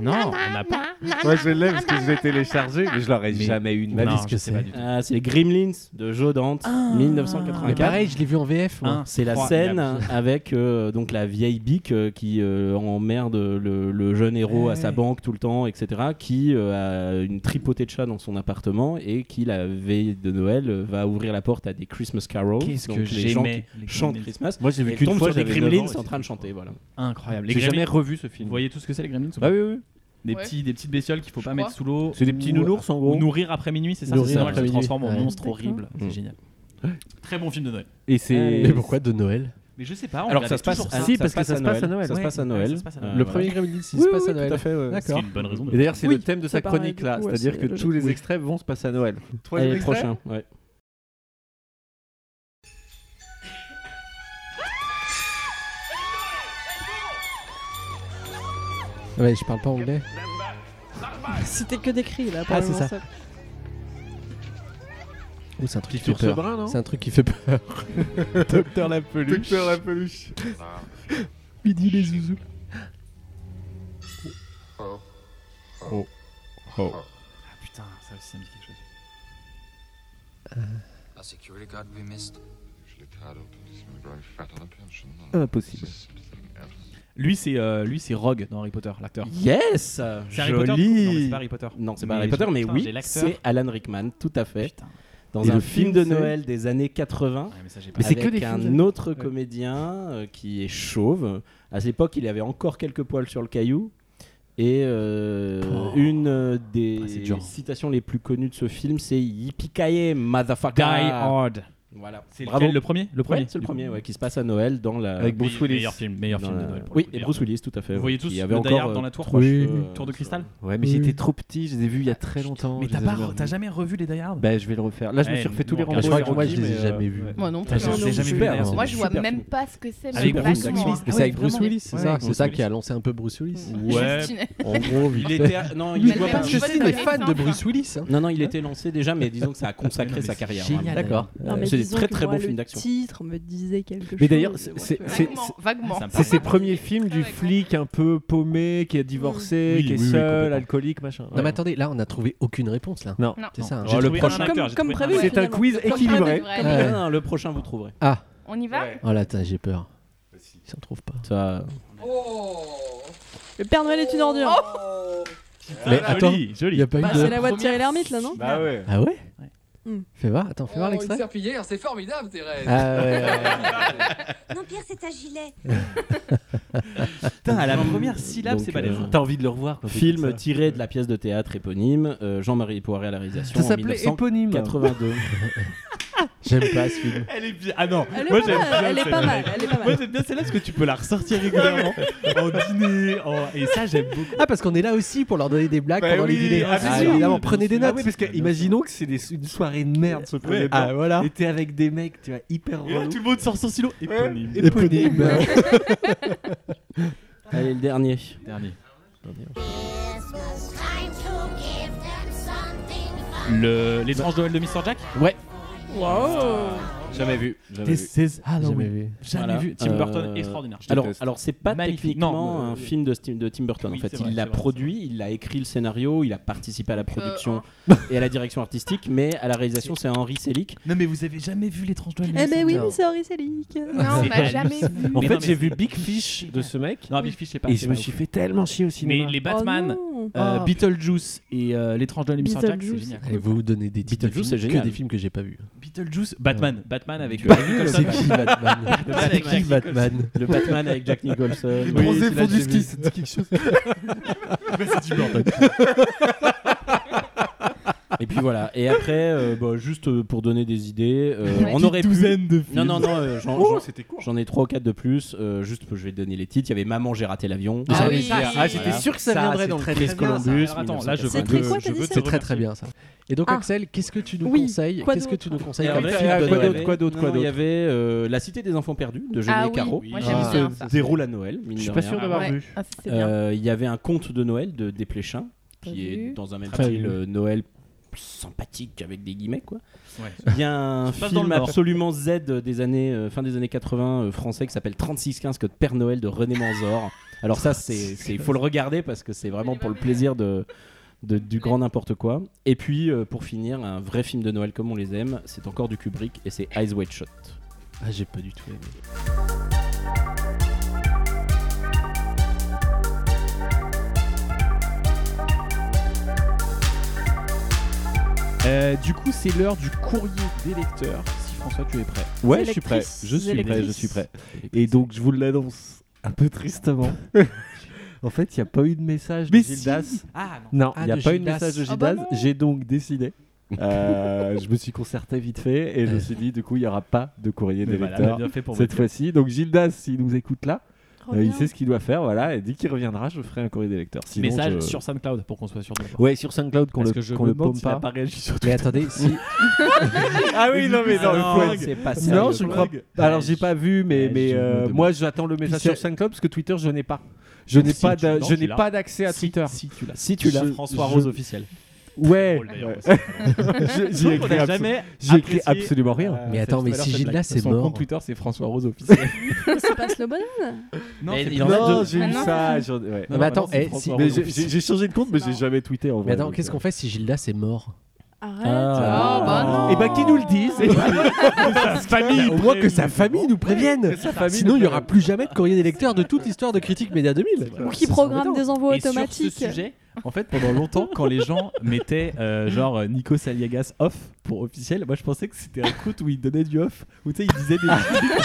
Non, on n'a pas. Moi, je l'ai parce que je l'ai téléchargé, mais je l'aurais Mais- jamais eu de ma Non, vie. ce je que sais pas c'est. du tout. Ah, c'est les Gremlins de Joe Dante, Mais 1984. pareil, je l'ai vu en VF. moi. Un, Hein, C'est la trois, scène et la- avec euh, donc la vieille Bic euh, qui euh, emmerde le, le jeune héros à sa Ouais. banque tout le temps, etc. Qui euh, a une tripotée de chats dans son appartement et qui la veille de Noël euh, va ouvrir la porte à des Christmas carols. Qu'est-ce donc que les gens j'aimais qui les chantent Gremlins. Christmas. Moi, j'ai Et vu tombe qu'une fois sur des j'avais 9 ans, Gremlins et en train de c'était- chanter. Voilà. Bah Incroyable. Les J'ai jamais Gremlins, revu ce Vous film. voyez tout ce que c'est les Gremlins ou pas Ah oui, oui. Des, Ouais. petits, des petites bestioles qu'il faut pas Je mettre crois. sous l'eau. C'est des petits Ou- nounours en gros. ou Nourrir après minuit, c'est ça Nourrir C'est normal, après se minuit. transforme en Ouais. monstre horrible. C'est Mm. génial. Très bon film de Noël. Et Mais c'est. pourquoi de Noël Ah, Mais je sais pas. Alors on ça regardait se passe, toujours à- Si, parce que ça se passe à Noël. Ça se Ouais. passe à Noël. Ouais, ça se passe à Noël. Le Euh, premier Gremlins, il Oui, se passe oui, à Noël. Tout à fait. ouais. C'est D'accord. une bonne raison de Et d'ailleurs, c'est Oui, le thème de ça sa paraît, chronique du là, coup, ouais, c'est-à-dire c'est que tous logique. les extraits vont se passer à Noël. Allez, le prochain. ouais. Ouais, je parle pas anglais. C'était que des cris, là. Ah, c'est apparemment, ça. Oh, c'est un truc qui fait Sur ce peur. brin, non C'est un truc qui fait peur. Docteur la peluche. Docteur la peluche. Euh, Midi les zouzous. Ah putain, ça aussi, ça me dit quelque chose. Ah, Impossible. Lui, c'est euh, lui, c'est Rogue dans Harry Potter, l'acteur. Yes, C'est Harry Potter Non, mais c'est joli. pas Harry Potter. Non, c'est pas Mais Harry Potter, j'ai- mais putain, j'ai oui, l'acteur. c'est Alan Rickman, tout à fait. Putain. Dans Et un le film film, de c'est- Noël des années 80, Ouais, mais ça, j'ai pas. Mais c'est avec que des un films. autre comédien euh, qui est chauve. À cette époque, il avait encore quelques poils sur le caillou. Et euh, Oh. une euh, des Ah, c'est dur. citations les plus connues de ce film, c'est Yippee motherfucker. Die Hard. Voilà. C'est Bravo. lequel, le premier Le premier Ouais, c'est le du coup. premier ouais, qui se passe à Noël dans la. Avec Bruce Willis. Euh, Meilleur film, meilleur dans film de la- Noël. pour Oui, le coup. et Bruce Willis, tout à fait. Vous ouais, voyez qui tous le avait Die Hard euh, dans la tour. trois Oui. cheveux, euh, Tour de sur- cristal Ouais, mais Oui, oui. j'étais trop petit, je les ai vus il y a très longtemps. Mais je les t'as ai pas, jamais revus. t'as jamais revu les Die Hard Bah, je vais le refaire. Là, je me Eh, suis refait non, tous les regarde, Rambo. je crois et que moi, je Rocky, les ai mais, euh, jamais vus. ouais. Moi non plus. Putain, Non, Ah, je non, l'ai jamais vu. super, la non, dernière. Moi je vois Super même film. pas ce que c'est. mais Avec Bruce vachement, Willis. hein. Et ouais, c'est avec Bruce vraiment. Willis, c'est Ouais, ça avec C'est Bruce ça Willis. qui a lancé un peu Bruce Willis. Ouais. Justine. En gros, vite Il fait. était. Non, Mais il le doit mec, pas. Parce que Bonne c'est des connaissance, fans de hein. Bruce Willis. hein. Non, non, il était lancé déjà, mais disons que ça a consacré Non, mais sa c'est carrière. génial. vraiment. Euh, D'accord. Non, mais C'est des disons très, que très moi, beaux films le d'action. titre me disait quelque Mais chose. d'ailleurs, c'est- c'est- Ouais. c'est- Vaguement, vaguement. ça me C'est parle. ses premiers films du Ouais, flic un peu paumé, qui est divorcé, Oui, qui est oui, oui, seul, complètement. alcoolique, machin. Non, mais attendez, là, on a trouvé aucune réponse, là. Non. C'est ça. hein. J'ai le trouvé un prochain. acteur, Comme- Ah, j'ai comme trouvé un prévu. acteur. C'est un quiz Comme ça, équilibré. de vrai. Ouais. Non, non, le prochain, vous trouverez. Ah, On y va oh là, putain, j'ai peur. Si on trouve pas. Ça. Le Père Noël est une ordure. Oh Mais attends, Joli, il joli. n'y a pas eu Bah, c'est de. la voix de Thierry Lhermitte, là, non Bah ouais. Ah ouais Hmm. Fais voir, attends, fais voir Oh, Oh, l'extrait. serpillière, hein, c'est formidable, Thérèse. Ah ouais, ouais, ouais. Non, Pierre, c'est un gilet. Putain, à la première syllabe, c'est balèze. balèze. euh, T'as envie de le revoir quand euh, Film tiré de la pièce de théâtre éponyme, euh, Jean-Marie Poiré à la réalisation. Ça en s'appelait éponyme. 1982. J'aime pas ce film. Elle est bien. Ah non, Elle est moi pas j'aime mal, bien elle est pas celle-là. mal, elle est pas mal. Moi j'aime bien celle-là parce que tu peux la ressortir régulièrement en dîner. en- oh, Et ça, j'aime beaucoup. Ah, parce qu'on est là aussi pour leur donner des blagues Bah pendant oui, les dîners. ah, Ah, bien sûr. évidemment, prenez des Ah notes. oui, parce que imaginons que c'est des- une soirée de merde ce premier plan. Ah, voilà. Et t'es avec des mecs, tu vois, hyper Et là, relou. tout le monde sort son stylo. Éponyme. Éponyme. Allez, le dernier. Dernier. Christmas time to give them something fun. Le... L'étrange Noël de Mr. Jack Jamais vu. Jamais vu. This Jamais is Halloween. vu. Jamais Voilà. vu. Tim Euh, Burton, extraordinaire. Alors, alors c'est pas Magnifique. techniquement Non, un euh, film de, Tim- de Tim Burton Oui, en fait. c'est vrai, il l'a c'est vrai, Euh, oh. produit, il a écrit le scénario, il a participé à la production et à la direction artistique, mais à la réalisation c'est Henri Selick. Non, mais vous avez jamais vu l'étrange Noël de Eh ben oui, Non. mais c'est Horicelic. Non, on C'est m'a jamais vu. En Mais non, fait, mais j'ai c'est- vu Big Fish de ce mec Non, Big Fish, je sais pas. et c'est je me pas suis ouf. fait tellement chier au cinéma. Mais les Oh Batman, non. euh, Oh. Beetlejuice et euh, l'étrange Noël de Mr. Jack, c'est Beetlejuice. génial. Allez, Eh, vous donnez des titres de Beetlejuice, films c'est que génial. des films que j'ai pas vus. Euh, Beetlejuice, Batman, Batman avec euh, C'est qui Batman Avec C'est qui Jack Batman Le Batman avec Jack Nicholson. Les c'est bronzés font là que du j'ai ski, vu. c'est quelque chose. Et puis voilà. Et après, euh, bah, juste euh, pour donner des idées, euh, Ouais. on aurait pu. de Non, non, non, euh, j'en- j'en- c'était court. j'en ai 3 ou 4 de plus. euh, juste, je vais donner les titres. Il y avait Maman, j'ai raté l'avion. Ah Ah oui, oui, ça, ah, j'étais voilà. sûr que ça, viendrait dans le très Chris bien, Columbus. Columbus, Alors, attends, là, je C'est 1982. veux très te- quoi, je t'as dit, veux te C'est très remercier. très bien ça. Et donc Ah. Axel, qu'est-ce que tu nous Oui, conseilles quoi Qu'est-ce que d'autre tu nous conseilles Alors, comme il y film a- de quoi Noël d'autre, quoi d'autre, Il y avait euh, La Cité des Enfants Perdus de Jeunet Ah oui, Caro. moi Oui. j'aime Ah. bien Ce- ça. se déroule à Noël. mine Je de suis pas rien. sûr d'avoir Ouais. vu. Ah, ça, c'est bien. Euh, Il y avait un conte de Noël de Desplechin, Pas qui est vu. dans un même Très style bien. euh, Noël sympathique avec des guillemets quoi. Ouais. Il y a un Ça se passe dans film le Nord. absolument Z des années euh, fin des années 80 euh, français qui s'appelle 3615 Code Père Noël de René Manzor. Alors ça c'est c'est- il faut le regarder parce que c'est vraiment pour le plaisir de de- du grand n'importe quoi. Et puis euh, pour finir, un vrai film de Noël comme on les aime, c'est encore du Kubrick et c'est Eyes Wide Shut. Ah, j'ai pas du tout aimé. Euh, du coup, c'est l'heure du courrier des lecteurs. Si François, tu es prêt. Ouais, Électrice, je suis prêt. Je suis prêt, électrice. je suis prêt. Et donc, je vous l'annonce un peu tristement. en fait, il n'y a pas eu de message de Mais Gildas. Ah non. Non, il Ah, n'y a de pas eu de Gildas. message de Ah Gildas. bah non. J'ai donc décidé. Euh, je me suis concerté vite fait et je me suis dit, du coup, il n'y aura pas de courrier des lecteurs bien fait pour cette fois-ci. Donc, Gildas, s'il nous écoute là, Trop euh, il bien. sait ce qu'il doit faire. Voilà, et dès qu'il reviendra, je ferai un courrier des lecteurs. Sinon, Message je- sur SoundCloud pour qu'on soit sûr de toi. Ouais, sur SoundCloud qu'on Parce le, que je qu'on me le demande pompe s'il a pas. pas réagi sur Mais attendez, si. Ah oui, non, mais non, Ah, le non, fouet. C'est pas Non, sérieux, je quoi. crois. Alors, j'ai pas vu, mais, Ouais, mais je me euh, demande. moi, j'attends le message Si sur c'est- SoundCloud parce que Twitter, je n'ai pas. Je n'ai Si, pas, tu- d'a- non, je tu n'ai l'as. pas d'accès à Si, Twitter. Si, tu l'as. Si tu l'as, François je- Rose officiel. Ouais. Drôle, d'ailleurs, aussi. Je- Je J'y ai crois écrit qu'on a abso- jamais j'y ai écrit apprécié, absolument rien. euh, Mais cette- attends, mais tout à l'heure, si cette Gildas blague. c'est Son mort. compte Twitter, c'est François Rose officiel. C'est pas le bonheur. non, Mais c'est- il en a non, deux. j'ai Ah eu non. ça. j'en- ouais. Mais non, attends, maintenant, c'est eh, François si- Rose Mais officiel. j'ai- j'ai j'ai changé de compte, mais j'ai jamais tweeté en vrai. Mais attends, donc, qu'est-ce euh. qu'on fait si Gilda c'est mort Arrête. Oh, Ah, bah non. Eh ben, qu'ils nous le disent. eh ben, famille Au moins que sa famille nous prévienne Sinon, il n'y aura plus jamais de courrier des lecteurs de toute l'histoire de Critique Média 2000 Ou qui programme des envois Et sur ce automatiques. sujet, en fait, pendant longtemps, quand les gens mettaient euh, genre euh, Nico Saliagas off pour officiel, moi je pensais que c'était un compte où il donnait du off, où tu sais, il disait des.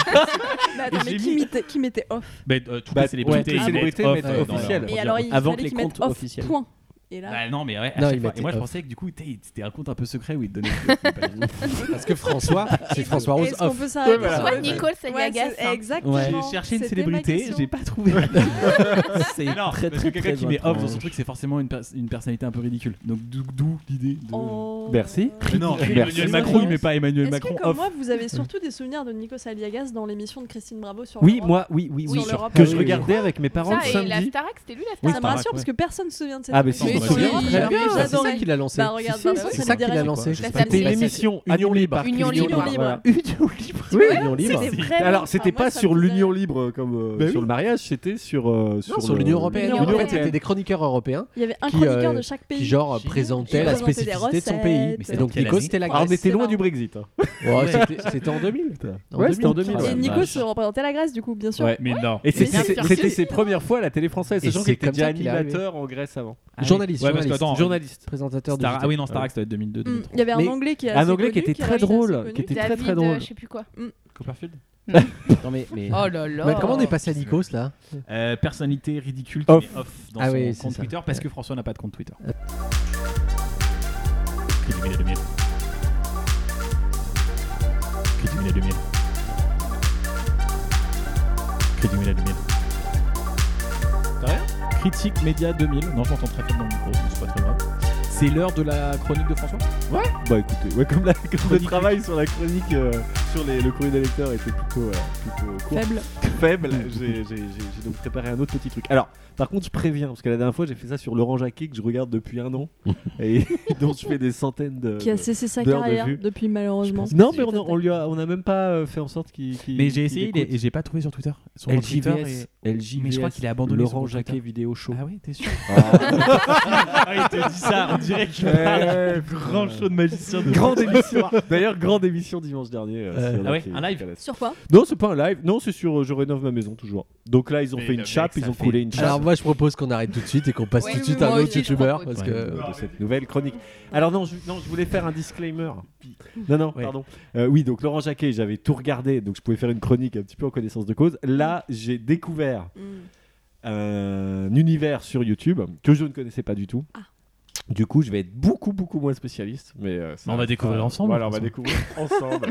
Bah, attends, Et mais j'ai qui mis- mettait- qui mettait off Mais euh, toutes Bah, les célébrités, ouais, ils toutes les mettent célébrités off, mettent euh, dans officiel. leur- Et alors il Avant fallait que les qu'ils mettent comptes off, officiels. Point. Et là, Bah non, mais ouais, à Non, ils chaque fois. Et mettaient moi je off. pensais que du coup, t'sais, c'était un compte un peu secret où il donnait. du off, mais pas du tout. Parce que François, c'est François Rose est-ce qu'on off. peut s'arrêter Ouais, voilà. sur- Soit Nicole Saliagas. Ouais, c'est- Exactement. J'ai cherché une C'était ma célébrité, question. j'ai pas trouvé. C'est Mais non, très parce très que quelqu'un très qui met off dans étrange. son truc, c'est forcément une, pers- une personnalité un peu ridicule. Donc d'où- d'où l'idée de. Oh. Merci. Mais non, Merci. Emmanuel Macron, il met pas Emmanuel Est-ce Macron que comme off. moi vous avez surtout des souvenirs de Nico Aliagas dans l'émission de Christine Bravo sur Oui, l'Europe moi, oui, oui, Sur oui. l'Europe. Que je Ah oui, regardais avec mes parents le Ça, et la samedi. Starac, c'était lui la Ça Starac me Starac, rassure ouais. parce que personne ne se souvient de cette Ah, mais émission. si, Mais on si, bien. très bien, J'adorais. c'est ça qu'il a lancé. Bah, regarde, Si, bah, si, ça, C'est ça ça me dit qu'il a rien, lancé. quoi. C'était Ça me une dit émission Union Libre. Union Union libre. libre. Libre. Union libre. Union libre. petit Oui, peu. l'union Ouais, libre. c'était Si. vraiment- Alors, c'était enfin, moi, pas ça sur me faisait- l'union libre comme euh, Bah oui. sur le mariage, c'était sur euh, sur, sur le- l'Union européenne. l'Union En fait, européenne. c'était des chroniqueurs européens Il y avait un Qui, chroniqueur euh, de chaque pays. qui, genre, présentaient la présentait des spécificité de son recettes. pays. Mais Et c'était donc, quelle Nico, année c'était la Ouais, Grèce. Ah, on était c'est loin marrant. du Brexit. hein. Ouais, c'était- C'était en 2000. En Ah, Ouais, 2000. c'était en 2000. Et ouais. Nico se représentait la Grèce, du coup, bien sûr. Ouais, mais non. Et Mais c'était- c'est- c'était ses premières fois à la télé française, Et sachant qu'il c'est était comme déjà ça qu'il est arrivé. animateur en Grèce avant. Journaliste. Ouais, parce que, journaliste, attends, journaliste. Présentateur de. Star- JT. Ah oui, non, Starac, ça doit être 2002. Mm, 2003. Il y avait un Mais- anglais qui est un assez anglais qui connu, était très est assez drôle, connu. qui était- très, David, très drôle. euh, je sais plus quoi. Copperfield Non, mais. mais- Oh là là. Mais comment on est passé à Nikos là Euh, personnalité ridicule qui Off. met off dans Ah son oui, c'est compte ça. Euh. Twitter parce que François n'a pas de compte Twitter. Hop. Critique de la lumière. Critique de la lumière. Critique Média 2000. T'as rien Critique Média 2000. Non, je m'entends très faible dans le micro, donc c'est pas très grave. C'est l'heure de la chronique de François Bah écoutez, ouais, comme, la, comme le Chronique. travail sur la chronique, euh, sur les- le courrier des lecteurs était plutôt, euh, plutôt court, Faible. faible, j'ai- j'ai j'ai- j'ai donc préparé un autre petit truc. Alors, par contre, je préviens, parce que la dernière fois, j'ai fait ça sur Laurent Jacquet, que je regarde depuis un an, et dont je fais des centaines de... Qui a cessé sa euh, D'heures de carrière vue. depuis, malheureusement. Non, mais on, a- on lui a, on a même pas euh, fait en sorte qu'il... qu'il- Mais j'ai qu'il essayé écoute. et j'ai pas trouvé sur Twitter. Sur mon Twitter LJVS, LJVS, mais je crois qu'il a abandonné son Laurent compte Twitter. Jacquet vidéo show. Ah oui, t'es sûr Ah, il te dit ça, on dirait qu'il parle grand show de magicien. De Eh, Grande émission D'ailleurs, grande émission dimanche dernier. euh, Euh, s'il y en a ah ouais, qui- un live qui connaissent. Sur quoi Non, c'est pas un live. Non, c'est sur euh, Je rénove ma maison, toujours. Donc là, ils ont Mais fait le une mec, chape, ils ça ont fait- coulé une chape. Alors moi je propose qu'on arrête tout de suite et qu'on passe Ouais, tout de oui, suite oui, à un moi autre aussi, je youtubeur propose. parce Ouais. que de cette nouvelle chronique. Alors non, je, non, je voulais faire un disclaimer. Non, non, Ouais. pardon. Euh, oui, donc Laurent Jacquet, j'avais tout regardé, donc je pouvais faire une chronique un petit peu en connaissance de cause. Là, j'ai découvert Mm. un univers sur YouTube que je ne connaissais pas du tout. Ah. Du coup, je vais être beaucoup, beaucoup moins spécialiste. Mais euh, ça Mais Bah, on va découvrir ensemble, Voilà, on de va toute découvrir ensemble.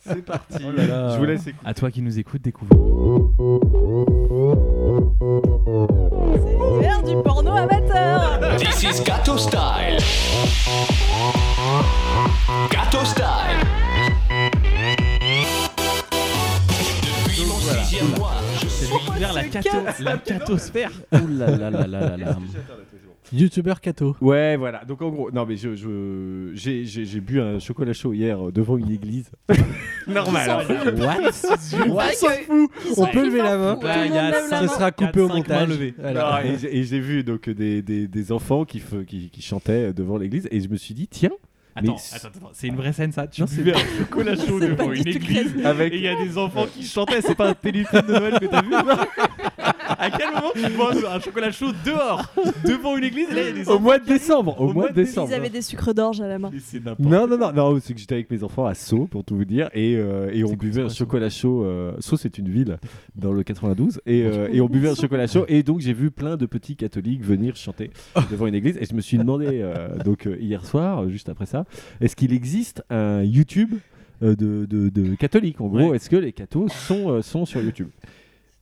C'est parti. Oh là là. Je vous laisse écouter. À toi qui nous écoutes, découvre. C'est l'hiver du porno amateur This is Gato Style. Gato Style. Depuis mon sixième mois, je suis Vers la, cato- la catosphère. Ouh là là là là là là. youtubeur Kato. Ouais, voilà. Donc en gros, non mais je je- j'ai j'ai- j'ai bu un chocolat chaud hier euh, devant une église. Normal. What On s'en fout. On peut lever la main. Tout le monde lève la Ça main. sera coupé au montage. Non, Voilà. et j'ai- et j'ai vu donc des, des, des enfants qui, fe- qui, qui chantaient euh, devant l'église et je me suis dit tiens Attends, Mais- attends, attends, c'est une vraie scène ça. Tu Non, buvais un chocolat chaud devant une église avec et il y a des enfants qui chantaient. C'est pas un téléfilm de Noël que t'as vu À quel moment tu bois un chocolat chaud dehors devant une église et là il y a des au enfants mois de décembre au, mois de décembre. Ils avaient des sucres d'orge à la main. Mais c'est n'importe Non non non non c'est que j'étais avec mes enfants à Sceaux pour tout vous dire et, euh, et on buvait un chocolat chaud. euh, Sceaux c'est une ville dans le 92 et, euh, et on buvait un chocolat chaud Oh. et donc j'ai vu plein de petits catholiques venir chanter devant une église et je me suis demandé euh, donc euh, hier soir euh, juste après ça est-ce qu'il existe un YouTube euh, de, de, de catholiques en gros Ouais. est-ce que les cathos sont euh, sont sur YouTube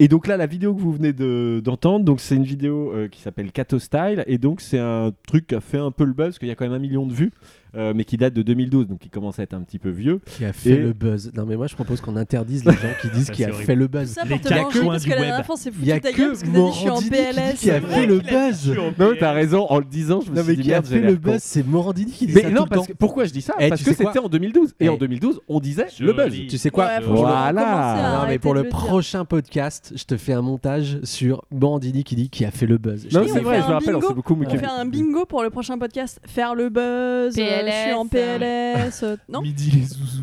et donc là, la vidéo que vous venez de- d'entendre, donc c'est une vidéo euh, qui s'appelle Cato Style, et donc c'est un truc qui a fait un peu le buzz, parce qu'il y a quand même un million de vues, euh, mais qui date de 2012, donc qui commence à être un petit peu vieux. Qui a fait Et- le buzz Non mais moi je propose qu'on interdise les gens qui disent Ça, qui c'est a horrible. fait le Tout buzz. ça Les pour te cacouins venger parce du que la web. dernière fois, c'est foutu Il y a ta gueule parce que t'as dit je suis en que Morandini PLS. qui a fait le buzz. Non, t'as raison, en le disant, je me Non mais suis dit, qui a merde, j'ai fait l'air le con. buzz C'est Morandini qui dit Mais ça non, tout le parce temps. que, pourquoi je dis ça Eh, Parce tu que sais quoi c'était en 2012, et Eh. en 2012, on disait Je le buzz. dis- Tu sais quoi Ah, Ouais, Franchement, faut Voilà. commencer à Non mais arrêter pour de le dire. prochain podcast, je te fais un montage sur Morandini qui dit qui a fait le buzz. Je Non, te dis, c'est on vrai, fait je un me rappelle, on bingo. s'est beaucoup On moqué. fait un bingo pour le prochain podcast. Faire le buzz. euh, je suis en PLS. euh, non Midi les zouzous.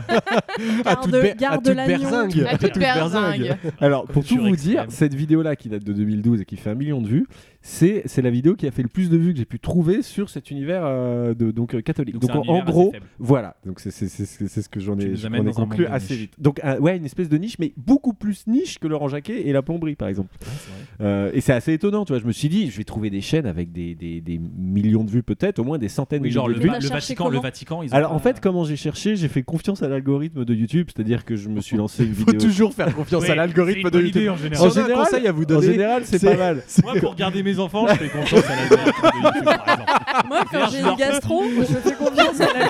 toute Garde, ber- à garde toute l'agneau. berzingue. À toute berzingue. Alors, pour tout Culture vous extrême. dire, cette vidéo-là qui date de 2012 et qui fait un million de vues, c'est c'est la vidéo qui a fait le plus de vues que j'ai pu trouver sur cet univers euh, de, donc, euh, catholique. Donc, c'est un en- en univers assez gros, faible. Voilà, donc c'est c'est- c'est- c'est- c'est ce que j'en Tu ai, nous j'en amènes ai dans un conclu monde de assez niche. vite. Donc un- ouais, une espèce de niche, mais beaucoup plus niche que Laurent Jacquet et la plomberie par exemple. Euh, et c'est assez étonnant, tu vois. Je me suis dit, je vais trouver des chaînes avec des, des- des millions de vues peut-être, au moins des centaines Oui, de genre le, millions de vues. le chercher Vatican, comment le Vatican, ils ont Alors en pas- fait, comment j'ai cherché, j'ai fait confiance à l'algorithme de YouTube, c'est-à-dire que je me Oh. suis lancé une vidéo. toujours faire confiance Ouais, c'est une bonne idée, en général. En général, conseil à vous En général, c'est c'est- pas mal. Moi, pour garder mes enfants, je fais confiance à la directrice de YouTube, par exemple. Moi, quand Vierge j'ai une leur- gastro, je fais confiance à la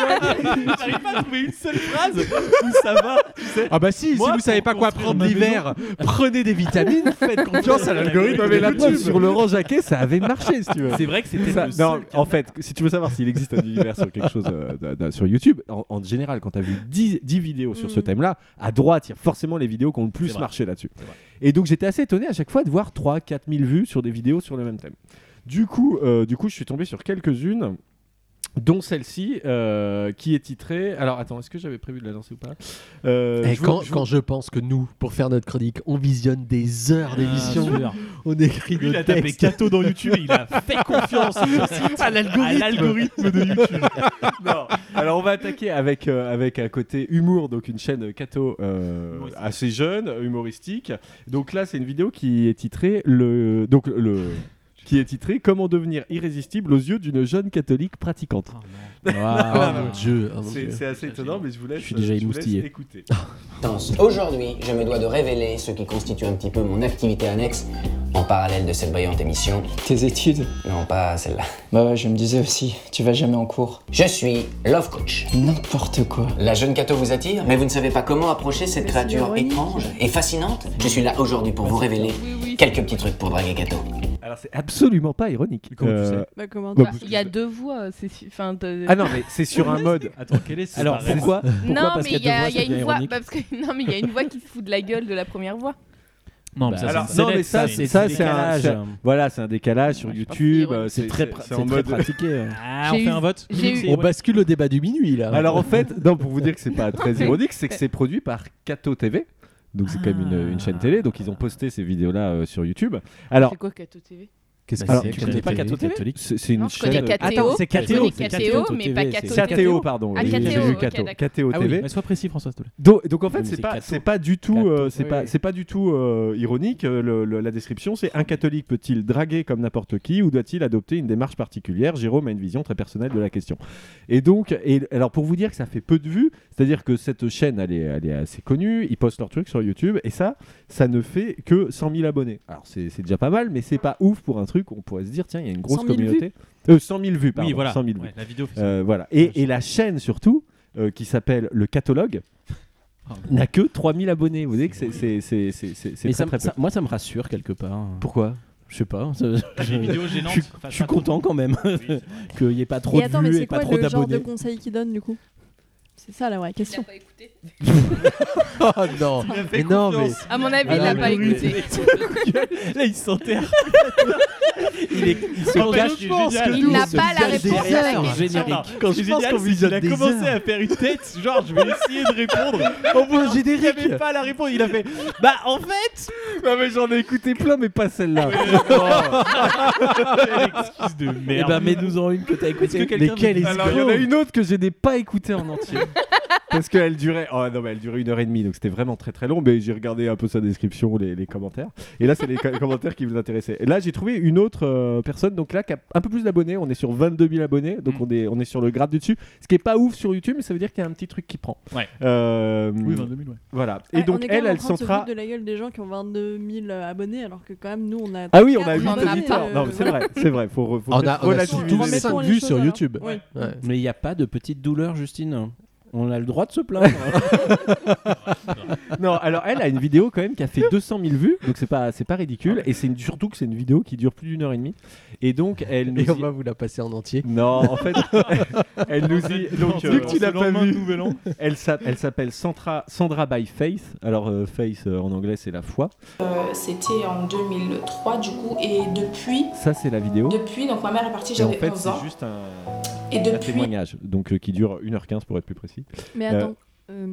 J'arrive pas à trouver une seule phrase où ça va. tu sais. Ah bah si, Moi, si vous pour savez pas quoi construire prendre ma maison- l'hiver, prenez des vitamines, faites confiance à l'algorithme. mais la YouTube. preuve, sur Laurent Jacquet, ça avait marché, si tu veux. C'est vrai que c'était Ça- le non, seul. en fait, si tu veux savoir s'il existe un univers sur quelque chose euh, d'un- d'un- sur YouTube, en, en général, quand tu as vu 10, 10 vidéos sur ce Mm. thème-là, à droite, il y a forcément les vidéos qui ont le C'est plus vrai. marché là-dessus. C'est vrai. Et donc, j'étais assez étonné à chaque fois de voir 3 4 000 vues sur des vidéos sur le même thème. Du coup, euh, du coup je suis tombé sur quelques-unes dont celle-ci euh, qui est titrée alors attends est-ce que j'avais prévu de la lancer ou pas Euh, Eh, je vous- quand, je vous- quand je pense que nous, pour faire notre chronique, on visionne des heures d'émissions, Bien Ah, sûr. on écrit Lui, il nos a tapé textes. Kato dans YouTube et il a fait confiance sur site à l'algorithme de YouTube. Non. Alors on va attaquer avec euh, avec un côté humour, donc une chaîne Kato euh, Humoristique. assez jeune, humoristique. Donc là, c'est une vidéo qui est titrée le donc le qui est titrée Comment devenir irrésistible aux yeux d'une jeune catholique pratiquante. Oh mon dieu, oh mon C'est dieu. c'est assez étonnant, mais je vous laisse. Je suis euh, déjà vous laisse émoustillé. écouter. Danse. Aujourd'hui, je me dois de révéler ce qui constitue un petit peu mon activité annexe en parallèle de cette brillante émission. Tes études Non, pas celle-là. Bah ouais, je me disais aussi, tu vas jamais en cours. Je suis Love Coach. N'importe quoi. La jeune Cato vous attire, mais vous ne savez pas comment approcher cette Mais c'est créature ironique. étrange et fascinante. Je suis là aujourd'hui pour vous révéler Oui, oui. quelques petits trucs pour draguer Cato. Alors c'est absolument pas ironique. Comment tu Euh, Bah, comment Bah, dire Il y a deux voix. euh, c'est su- Enfin, de- Ah non, mais c'est sur un mode. Attends, quel est ce Alors barème pourquoi, pourquoi non, parce mais qu'il il y a, il y a deux voix, c'est bien une voix. ironique bah, parce que- non, mais il y a une voix qui se fout de la gueule de la première voix. Non, mais Bah, ça, alors, c'est non, une mais scénette, ça, c'est- ça, c'est un- décalage. Voilà, c'est un décalage sur je sais pas si YouTube. ironique. euh, C'est très, pra- c'est c'est en très mode. pratiqué. euh. Ah, on J'ai fait eu- un vote j'ai C'est- eu- On ouais. bascule le débat du minuit là. Alors en fait, non, pour vous dire que c'est pas très ironique, c'est que c'est produit par Kato TV. Donc c'est quand même une, une Ah. chaîne télé, donc ils ont posté ces vidéos-là euh, sur YouTube. Alors, C'est quoi Cato TV qu'est-ce Bah, alors, c'est- que tu c'est connais pas Kato TV catholique. c'est c'est une Non, je connais chaîne... euh, Kato. Attends, c'est Je connais Kato, c'est Kato, mais pas Kato. c'est- KTO, pardon. Ah, oui, j'ai KTO, vu ok, Kato. d'accord. KTO Ah oui, TV. mais sois précis, François, s'il te plaît. donc, donc, en fait, mais c'est c'est pas, Kato. c'est pas du tout, Kato, euh, c'est oui, pas, oui. c'est pas du tout euh, ironique. euh, le- le- la description, c'est un catholique peut-il draguer comme n'importe qui ou doit-il adopter une démarche particulière Jérôme a une vision très personnelle de la question. Et donc, et, alors pour vous dire que ça fait peu de vues, c'est-à-dire que cette chaîne, elle est, elle est assez connue. Ils postent leurs trucs sur YouTube et ça, ça ne fait que 100 000 abonnés. Alors c'est c'est déjà pas mal, mais c'est pas ouf pour un truc. On pourrait se dire, tiens, il y a une grosse 100 000 vues communauté. Euh, 100 000 vues, pardon. oui, voilà. 100 000 vues. Ouais, la vidéo fait ça. Euh, voilà. Et, et la chaîne surtout, euh, qui s'appelle Le Catalogue, n'a que 3000 abonnés. Vous voyez que c'est c'est- c'est- c'est- c'est- c'est Mais très ça, très peu. ça- moi, ça me rassure quelque part. hein. Pourquoi Je sais pas. T'as des vidéos gênantes. Je suis- enfin, je suis pas trop- content quand même Oui. qu'il n'y ait pas trop Et de attends, mais vues et c'est pas quoi trop le genre de d'abonnés. conseil qu'il donne du coup C'est ça la vraie question. pas écouté. Oh non, mais non, mais À mon avis, Ah, il l'a mais pas oui. écouté. Là, il s'enterre. il est, il se Ah, mais cache. je pense que Il nous, n'a on se pas la cache réponse derrière. à la question. Non, générique. Quand je je pense qu'on dis visionne il a des commencé heures. à faire une tête, genre je vais essayer de répondre. Au bout Il générique. avait pas la réponse, il a fait Bah en fait, J'en ai écouté plein, mais pas celle-là. Oh. excuse de Eh merde. ben, mets-nous en une que t'as écoutée. Lesquels Alors, Ah, il y en a une autre que j'ai n'ai pas écoutée en entier. Parce qu'elle durait, oh non, mais elle durait une heure et demie, donc c'était vraiment très très long. Mais j'ai regardé un peu sa description, les, les commentaires. Et là, c'est les co- commentaires qui vous intéressaient. Et là, j'ai trouvé une autre euh, personne, donc là, qui a un peu plus d'abonnés. On est sur 22 000 abonnés, donc Mm. on, est, on est sur le grade du dessus. Ce qui est pas ouf sur YouTube, mais ça veut dire qu'il y a un petit truc qui prend. Ouais. Euh, Oui, 22 000, ouais. Voilà. Ouais, Et Ah, on donc, est quand elle, même en elle train de se centra. foutre de la gueule des gens qui ont 22 000 abonnés alors que quand même nous on a Ah. Ah oui, on a Quatre 8 abonnés, auditeurs. euh, Non, mais c'est vrai, c'est vrai. Faut, re- faut On a, peut-être on a relativiser. surtout Remettons 5 les vues choses sur à l'heure. YouTube. Ouais. Ouais. Mais il n'y a pas de petite douleur, Justine. On a le droit de se plaindre. Non, alors elle a une vidéo quand même qui a fait 200 000 vues, donc c'est pas, c'est pas ridicule. Et c'est une- surtout que c'est une vidéo qui dure plus d'une heure et demie. Et donc elle nous. Et on y- va vous la passer en entier. Non, en fait, elle nous dit. Donc, euh, tu l'as pas vu. Nouvel an. elle s'appelle- elle s'appelle Sandra, Sandra by Faith. Alors, euh, Faith euh, en anglais, c'est la foi. Euh, C'était en 2003 du coup et depuis, Ça, c'est la vidéo. depuis donc ma mère est partie Et en j'avais fait, 11 c'est ans juste un, et un depuis témoignage, donc euh, qui dure 1h15 pour être plus précis. Mais Euh, attends, euh,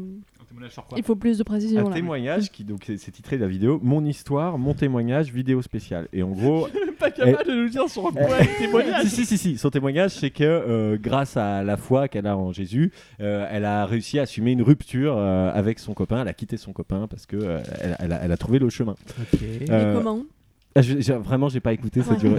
il faut plus de précision Un là. témoignage qui, donc, c'est c'est titré la vidéo Mon histoire, mon témoignage, vidéo spéciale. Et en gros, Eh, Pas capable de nous dire son rapport avec le témoignage. si, si, si, si, son témoignage, c'est que euh, grâce à la foi qu'elle a en Jésus, euh, elle a réussi à assumer une rupture euh, avec son copain. Elle a quitté son copain parce que euh, elle, elle a, elle a trouvé le chemin. Ok. Mais Euh, comment Ah, je- j'ai- vraiment, j'ai pas écouté, ça Ouais. dure.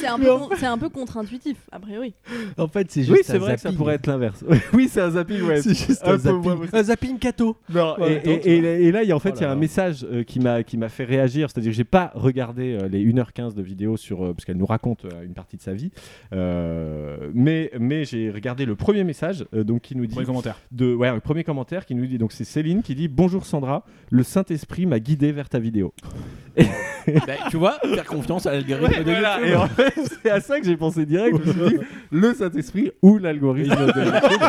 C'est un peu con- c'est un peu contre-intuitif, a priori. En fait, c'est oui, juste c'est un vrai que ça zapping. pourrait être l'inverse. Oui, c'est un zapping, ouais. C'est juste un peu zapping. moins possible. Un zapping cato. Non, Ouais, et, attends, et- et- et là, il y a, en fait, Oh il là y a un là. message euh, qui m'a qui m'a fait réagir. C'est-à-dire que j'ai pas regardé euh, les 1h15 de vidéo sur euh, parce qu'elle nous raconte euh, une partie de sa vie, Euh, mais mais j'ai regardé le premier message euh, donc qui nous dit Premier commentaire. de ouais le premier commentaire qui nous dit donc c'est Céline qui dit bonjour Sandra, le Saint Esprit m'a guidé vers ta vidéo. Oh. Bah, tu vois, faire confiance à l'algorithme Ouais, de voilà. YouTube. Et en fait, c'est à ça que j'ai pensé direct. Je me suis dit, le Saint-Esprit ou l'algorithme de YouTube.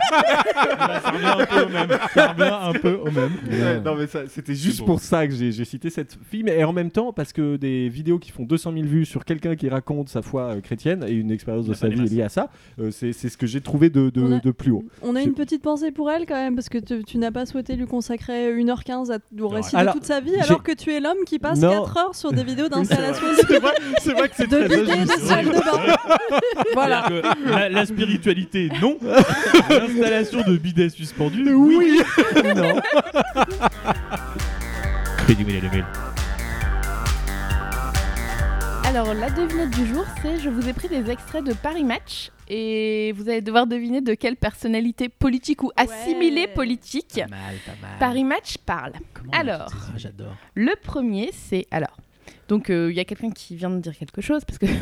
Ça revient un peu au même. Ouais, non, mais ça, c'était C'est juste beau. pour ça que j'ai j'ai cité cette fille. Mais et en même temps, parce que des vidéos qui font 200 000 vues sur quelqu'un qui raconte sa foi euh, chrétienne et une expérience de sa vie liée à ça, euh, c'est c'est ce que j'ai trouvé de, de- de plus haut. On a une petite pensée pour elle quand même, parce que tu, tu n'as pas souhaité lui consacrer 1h15 à, au récit Alors, de toute sa vie, j'ai- alors que tu es l'homme qui passe Non. 4 heures sur des vidéos d'installation C'est vrai, c'est vrai que c'est de très bidet de injuste. salle de bain. voilà. C'est-à-dire que La, la spiritualité, non. L'installation de bidets suspendus, oui. non. Alors, la devinette du jour, c'est je vous ai pris des extraits de Paris Match et vous allez devoir deviner de quelle personnalité politique ou assimilée politique Paris Match parle. Alors, j'adore. le premier, c'est. Alors, donc euh, il y a quelqu'un qui vient de dire quelque chose parce que.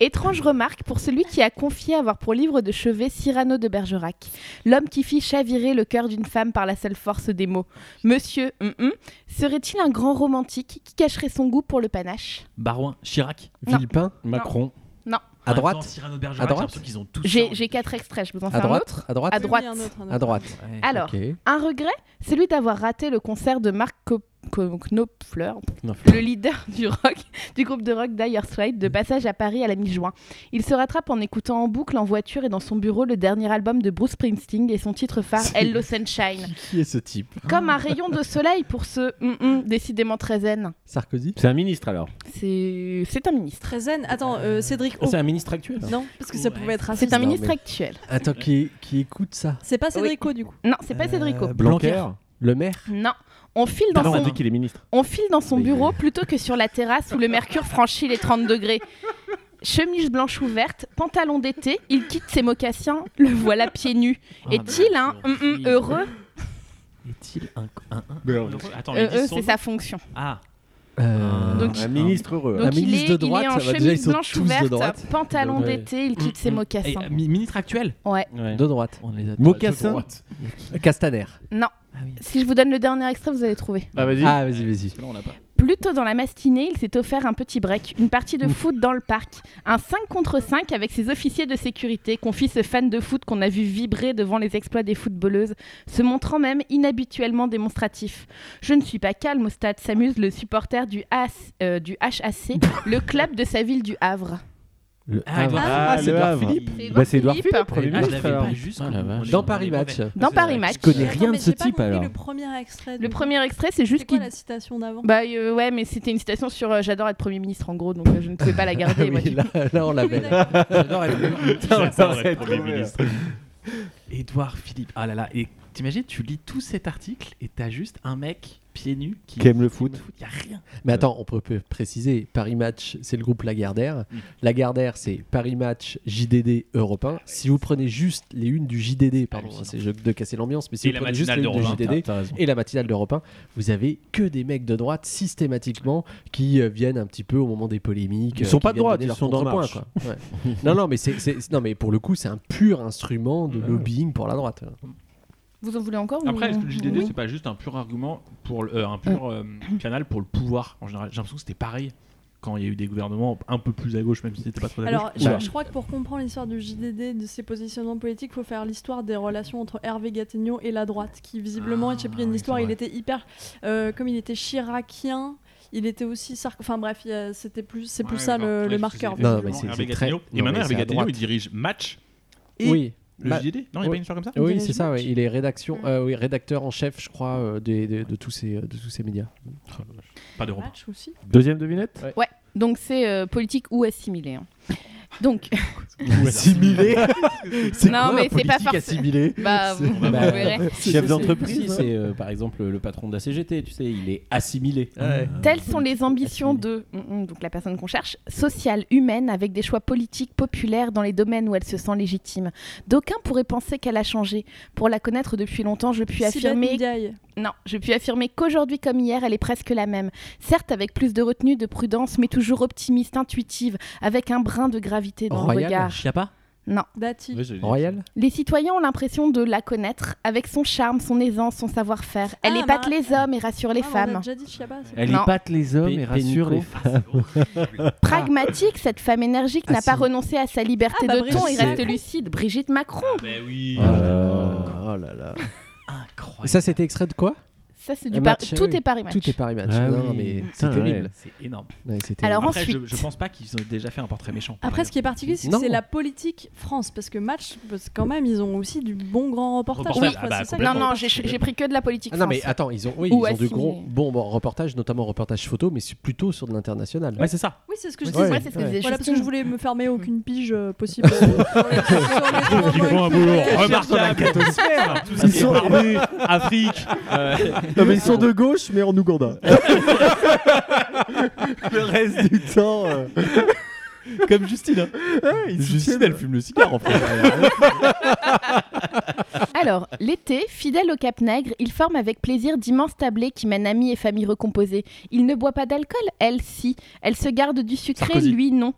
Étrange remarque pour celui qui a confié avoir pour livre de chevet Cyrano de Bergerac, l'homme qui fit chavirer le cœur d'une femme par la seule force des mots. Monsieur, hum, hum, serait-il un grand romantique qui cacherait son goût pour le panache Barouin, Chirac, Non. Villepin, Macron. Non. À En même droite temps, Cyrano de Bergerac, À j'ai droite l'impression qu'ils ont tous J'ai j'ai quatre extraits, je vous en fais À un droite autre. À droite À Oui, droite. oui, un autre, un autre. À droite. Ouais, Alors, ok. un regret, celui d'avoir raté le concert de Marc Co- Co- Knopfler, Knopfler. le leader du rock du groupe de rock Dire Straits, de passage à Paris à la mi-juin. Il se rattrape en écoutant en boucle en voiture et dans son bureau le dernier album de Bruce Springsteen et son titre phare Hello Sunshine. Qui est ce type Comme un rayon de soleil pour ce hum, hum, décidément très zen. Sarkozy C'est un ministre alors C'est c'est un ministre. Très zen. Attends, euh, Cédric Oh. O. C'est un ministre actuel Non, parce que ça pouvait être raciste. Ah, C'est un ministre actuel. Attends, qui, qui écoute ça C'est pas Cédrico du coup. Non, Euh, c'est pas Cédrico. Le maire Non. On file Bah dans son... qu'il est ministre. On file dans son bureau plutôt que sur la terrasse où le mercure franchit les 30 degrés. Chemise blanche ouverte, pantalon d'été, il quitte ses mocassins, le voilà pieds nus. Ah, Est-il un hum, hum, heureux Est-il un. un, un- Attends, Euh, ils disent euh, son C'est nom. sa fonction. Ah. Donc, un ministre heureux. hein. Donc un il, ministre est, de il droite, est en ça va chemise déjà, ils sont blanche tous de ouverte, droite. pantalon Ouais. d'été, il quitte ses mocassins. Et, Mm, Eh, mi- ministre actuel Ouais. De droite. On les a Mocassin. de droite. Castaner. Non. Si je vous donne le dernier extrait, vous allez trouver. Ah vas-y. Ah vas-y, vas-y. Plus tôt dans la matinée, il s'est offert un petit break, une partie de foot dans le parc, un 5 contre 5 avec ses officiers de sécurité, confie ce fan de foot qu'on a vu vibrer devant les exploits des footballeuses, se montrant même inhabituellement démonstratif. Je ne suis pas calme au stade, s'amuse le supporter du, AS, euh, du HAC, le club de sa ville du Havre. Ah, Edouard- ah, Ah, c'est le Edouard Havre. Philippe. C'est Bah, c'est Edouard Philippe. Philippe, Premier Ah, je ministre. l'avais alors. pas juste. Dans Paris Match. Ah, Dans Paris Match. Je connais rien de ce type alors. Le premier extrait. Le premier extrait, c'est juste quoi qu'il la citation d'avant Bah euh, ouais, mais c'était une citation sur euh, j'adore être premier ministre en gros, donc euh, je ne pouvais pas la garder. Ah moi, oui, du là, coup. là, on l'avait. J'adore être J'adore être être premier ministre. Édouard Philippe. Ah là là. Et t'imagines, tu lis tout cet article et t'as juste un mec pieds nus qui. Qui aime le foot. Y a rien. Mais Euh. attends, on peut, peut préciser, Paris Match, c'est le groupe Lagardère. Lagardère, c'est Paris Match JDD européen. Si vous prenez juste les unes du JDD, pardon, hein, c'est je- de casser l'ambiance, mais si Et vous la prenez juste les matinale unes du d'Europe un, JDD t'as- t'as raison. et la matinale d'Europe 1, vous avez que des mecs de droite systématiquement qui euh, viennent un petit peu au moment des polémiques. Ils sont euh, qui pas de viennent droite, donner ils leur sont d'En contrepoint, Marche. quoi. Ouais. non, non, mais c'est, c'est- c'est- non, mais pour le coup, c'est un pur instrument de lobbying pour la droite. Vous en voulez encore ou- Après, est-ce que le JDD, Oui. c'est pas juste un pur argument, pour le- euh, un pur euh, canal pour le pouvoir En général, j'ai l'impression que c'était pareil quand il y a eu des gouvernements un peu plus à gauche, même si c'était pas trop à Alors, gauche. je, je crois que pour comprendre l'histoire du JDD, de ses positionnements politiques, il faut faire l'histoire des relations entre Hervé Gattegno et la droite, qui visiblement, j'ai Ah, pris une histoire, il était hyper. euh, comme il était chiracien, il était aussi. Sarko- Enfin bref, il y a- c'était plus, c'est plus ça le, le marqueur. Non, mais Effectivement, c'est- Hervé c'est très- Gattegno. Et non, mais maintenant, c'est Hervé à Gattegno, droite. il dirige match et Oui. le Bah, JDD. Non, il n'y a pas une histoire comme ça Oui, c'est ça. ouais. Il est rédaction, Mm. euh, oui, rédacteur en chef, je crois, euh, des- des- de, tous ces, de tous ces médias. Oh, Pas de Match aussi. Deuxième devinette Ouais, donc c'est euh, politique ou assimilé. hein. Donc, Assimilé C'est Non, quoi, mais un c'est pas politique forc- assimilé Bah, C'est- vous- vous Bah, verrez. Chef c'est- d'entreprise, c'est euh, par exemple le patron de la CGT, tu sais, il est assimilé. Euh, Telles sont les ambitions de, mm, mm, donc la personne qu'on cherche, sociale, humaine, avec des choix politiques populaires dans les domaines où elle se sent légitime. D'aucuns pourraient penser qu'elle a changé. Pour la connaître depuis longtemps, je puis Sylvette affirmer... Ndiaye. Non, je puis affirmer qu'aujourd'hui comme hier, elle est presque la même. Certes, avec plus de retenue, de prudence, mais toujours optimiste, intuitive, avec un brin de gravité dans le regard. Chiappa Non. Dati. Royal Les citoyens ont l'impression de la connaître, avec son charme, son aisance, son savoir-faire. Elle Ah, épate bah, les hommes et rassure les Ah, mais On femmes. a déjà dit Chiaba, c'est Elle Non. épate les hommes et rassure les femmes. Pragmatique, cette femme énergique n'a pas renoncé à sa liberté Ah, bah, de ton et reste Brigitte Macron. lucide. Brigitte Macron Bah Oh là là. Incroyable. Ça, c'était extrait de quoi Ça, c'est du Un par- match, Tout oui. est Paris Match. Tout est Paris Match. Ah non, oui. mais c'est Putain, terrible. ouais, C'est énorme. Ouais, c'est terrible. Alors Après, je, ensuite- je pense pas qu'ils ont déjà fait un portrait méchant. par Après, ailleurs. ce qui est particulier, c'est que Non. c'est la politique France, parce que Match, parce que quand même, ils ont aussi du bon grand reportage. Reportage, quoi, ah bah, c'est ça Non, complètement. non, j'ai j'ai pris que de la politique. Ah non mais française. attends, ils ont, oui, Ou ils ont de assimilé. gros bons bons reportages, notamment reportages photo, mais c'est plutôt sur de l'international. Ouais, c'est ça. Oui, c'est ce que je Ouais, disais. ouais, c'est ce que disait Voilà, parce que Justine. je voulais me fermer aucune pige euh, possible. euh, sur les- sur les trois mois que- Ils sont- Afrique. Non, mais ils sont de gauche, mais en Ouganda. le reste du temps. euh, Comme Justine. ouais, ils soutiennent- elle fume le cigare en fait. Alors, l'été, fidèle au Cap Nègre, il forme avec plaisir d'immenses tablés qui mènent amis et familles recomposées. Il ne boit pas d'alcool, elle si. Elle se garde du sucré, Sarkozy. lui non.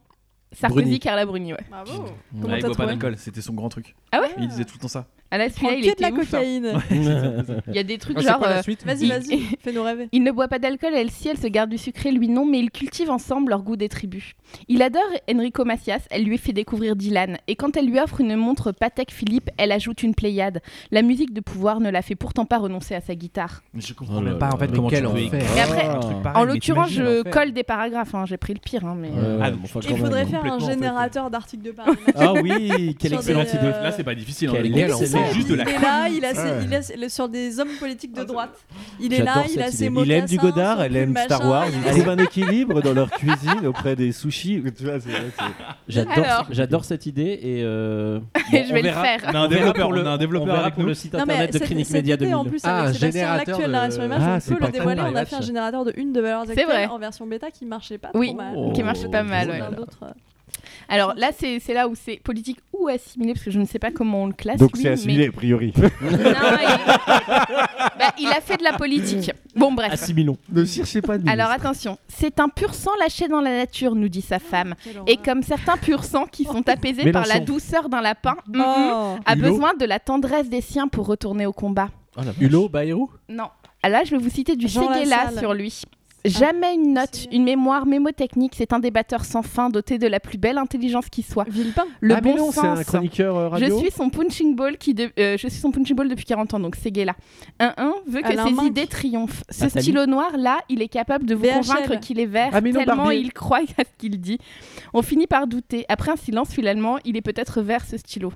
Sarkozy, Bruni. Carla Bruni, ouais. Bravo. Il Comment ne t'as boit pas trouvé d'alcool, c'était son grand truc. Ah ouais Il disait tout le temps ça. À la Prends Ah, celui-là, il que de la était ouf. hein. cocaïne. Il y a des trucs Ah, c'est genre. quoi la euh, suite Vas-y, Il- vas-y, fais-nous rêver. Il ne boit pas d'alcool, elle si, elle se garde du sucré, lui non, mais ils cultivent ensemble leur goût des tribus. Il adore Enrico Macias, elle lui fait découvrir Dylan, et quand elle lui offre une montre Patek Philippe, elle ajoute une Pléiade. La musique de pouvoir ne la fait pourtant pas renoncer à sa guitare. Mais je Oh comprends là même pas en là. fait Mais comment tu quel peux enfer. écrire Et après, un truc pareil, en mais l'occurrence, t'imagines, je l'enfer. colle des paragraphes, hein, j'ai pris le pire, hein, mais. Ouais, ouais, Ah, bon, donc, enfin, Il quand faudrait même. faire un complètement, en fait. générateur d'articles de Paris. Ah oui, quel Sur excellent des, idée. euh, Là, c'est pas difficile. hein, Quel les gars, excellent. c'est juste de la. Il est là, il, a ses- il est il est sur des hommes politiques Ah, de droite. Il est là, J'adore il a cette ses idée. mots. Il aime du Godard, elle aime Star Wars. Ils trouvent un équilibre dans leur cuisine auprès des sushis. Tu vois, c'est- c'est- J'adore, Alors. j'adore cette idée et euh, Et je on vais le verra- faire. On a un on verra développeur, pour le- on a un on développeur verra avec pour nous. le site internet de cette- Clinique cette Média idée, 2000. En plus, Ah, un avec Sébastien générateur l'actuel, de- la version image, Ah, on c'est peut pas le con, dévoiler. On a fait un Match. générateur de une de valeurs actuelles vrai. en version bêta qui marchait pas Oui, trop mal. qui marche pas mal, ouais. Un autre, euh, Alors là, c'est c'est là où c'est politique ou assimilé, parce que je ne sais pas comment on le classe. Donc lui, c'est mais- assimilé, a priori. Non, il... Bah, il a fait de la politique. Bon, bref. Assimilons. ne cherchez pas de Alors attention, c'est un pur sang lâché dans la nature, nous dit sa femme. Ah, quelle Et horreur. comme certains pur sang qui sont apaisés par la Mélenchon. douceur d'un lapin, mm, mm, Oh. a Hulot. besoin de la tendresse des siens pour retourner au combat. Oh Hulot, Bayrou Non. Ah là, je vais vous citer du Jean Séguéla Lassalle. sur lui. Jamais une note, c'est- une mémoire mémotechnique, c'est un débatteur sans fin doté de la plus belle intelligence qui soit. Villepin. Le ah, mais bon non, c'est un sens. chroniqueur euh, Je radio. suis son punching ball qui de- euh, je suis son punching ball depuis 40 ans donc c'est gay là. Un 1 veut que Alain ses Minck. idées triomphent. Ce Nathalie. stylo noir là, il est capable de vous VHL. convaincre qu'il est vert Ah, mais non, tellement Barbier. il croit à ce qu'il dit. On finit par douter. Après un silence finalement, il est peut-être vert ce stylo.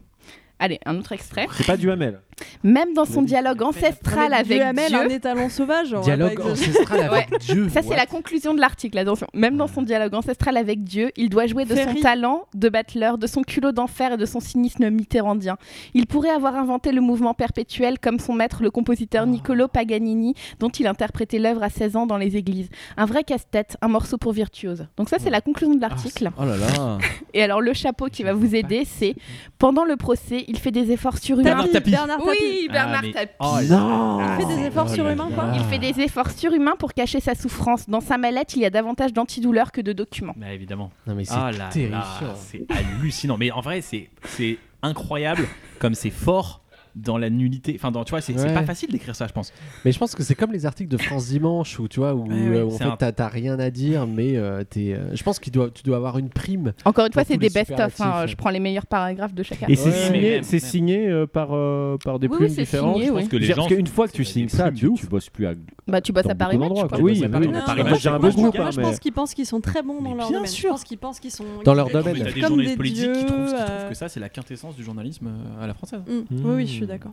Allez, un autre extrait. C'est pas du Hamel. Même dans son dialogue Avec ancestral avec Duhamel, Dieu. un étalon sauvage. on va Dialogue pas exagérer. ancestral avec Dieu. Ça, c'est la conclusion de l'article, attention. Même dans son dialogue ancestral avec Dieu, il doit jouer de Ferry. son talent de battleur, de son culot d'enfer et de son cynisme mitterrandien. Il pourrait avoir inventé le mouvement perpétuel comme son maître, le Ah. compositeur Niccolo Paganini, dont il interprétait l'œuvre à 16 ans dans les églises. Un vrai casse-tête, un morceau pour virtuose. Donc ça, c'est la conclusion Ah, de l'article. Oh là là. Et alors, le chapeau qui va vous aider, c'est « Pendant le procès, il fait des efforts surhumains... Bernard Tapie. Bernard » Tapie. Oui, Bernard Ah, mais- Tapie. Oh, Non Il fait des efforts surhumains, quoi. Il fait des efforts surhumains pour cacher sa souffrance. Dans sa mallette, il y a davantage d'antidouleurs que de documents. Mais évidemment. Non, mais c'est Ah là là, terrifiant. c'est hallucinant. Mais en vrai, c'est c'est incroyable comme c'est fort dans la nullité. Enfin, dans, tu vois, c'est c'est Ouais. pas facile d'écrire ça, je pense. Mais je pense que c'est comme les articles de France Dimanche où tu vois où, Ouais, ouais, euh, où en c'est fait un- t'as- t'as rien à dire mais euh, t'es. euh, je pense qu'il doit tu dois avoir une prime. Encore une fois, Dans c'est tous des les best-of. hein. superlatifs. Je prends les meilleurs paragraphes de chacun. Et c'est Ouais, mais signé, même, c'est même. signé euh, par, euh, par des Oui, oui, plumes c'est différentes. signé, Je oui. Parce que les veux dire, gens. Parce qu'une fois que tu c'est signes des ça, plumes, tu, de tu bosses plus à Bah, tu bosses dans à Paris beaucoup Match. d'endroits, quoi. quoi. Oui, Ça, oui, Paris oui. Match. Paris Moi, Match, j'ai un c'est beau pas groupe, du hein, Moi, je mais pense qu'ils pensent qu'ils sont très bons dans Mais leur bien domaine. sûr. Je pense qu'ils pensent qu'ils sont Dans leur Non, mais domaine. T'as des Comme journalistes des politiques qui dieux, trouvent, qui euh. trouvent que ça, c'est la quintessence du journalisme euh, à la française. Mm. Oui, oui, je suis d'accord.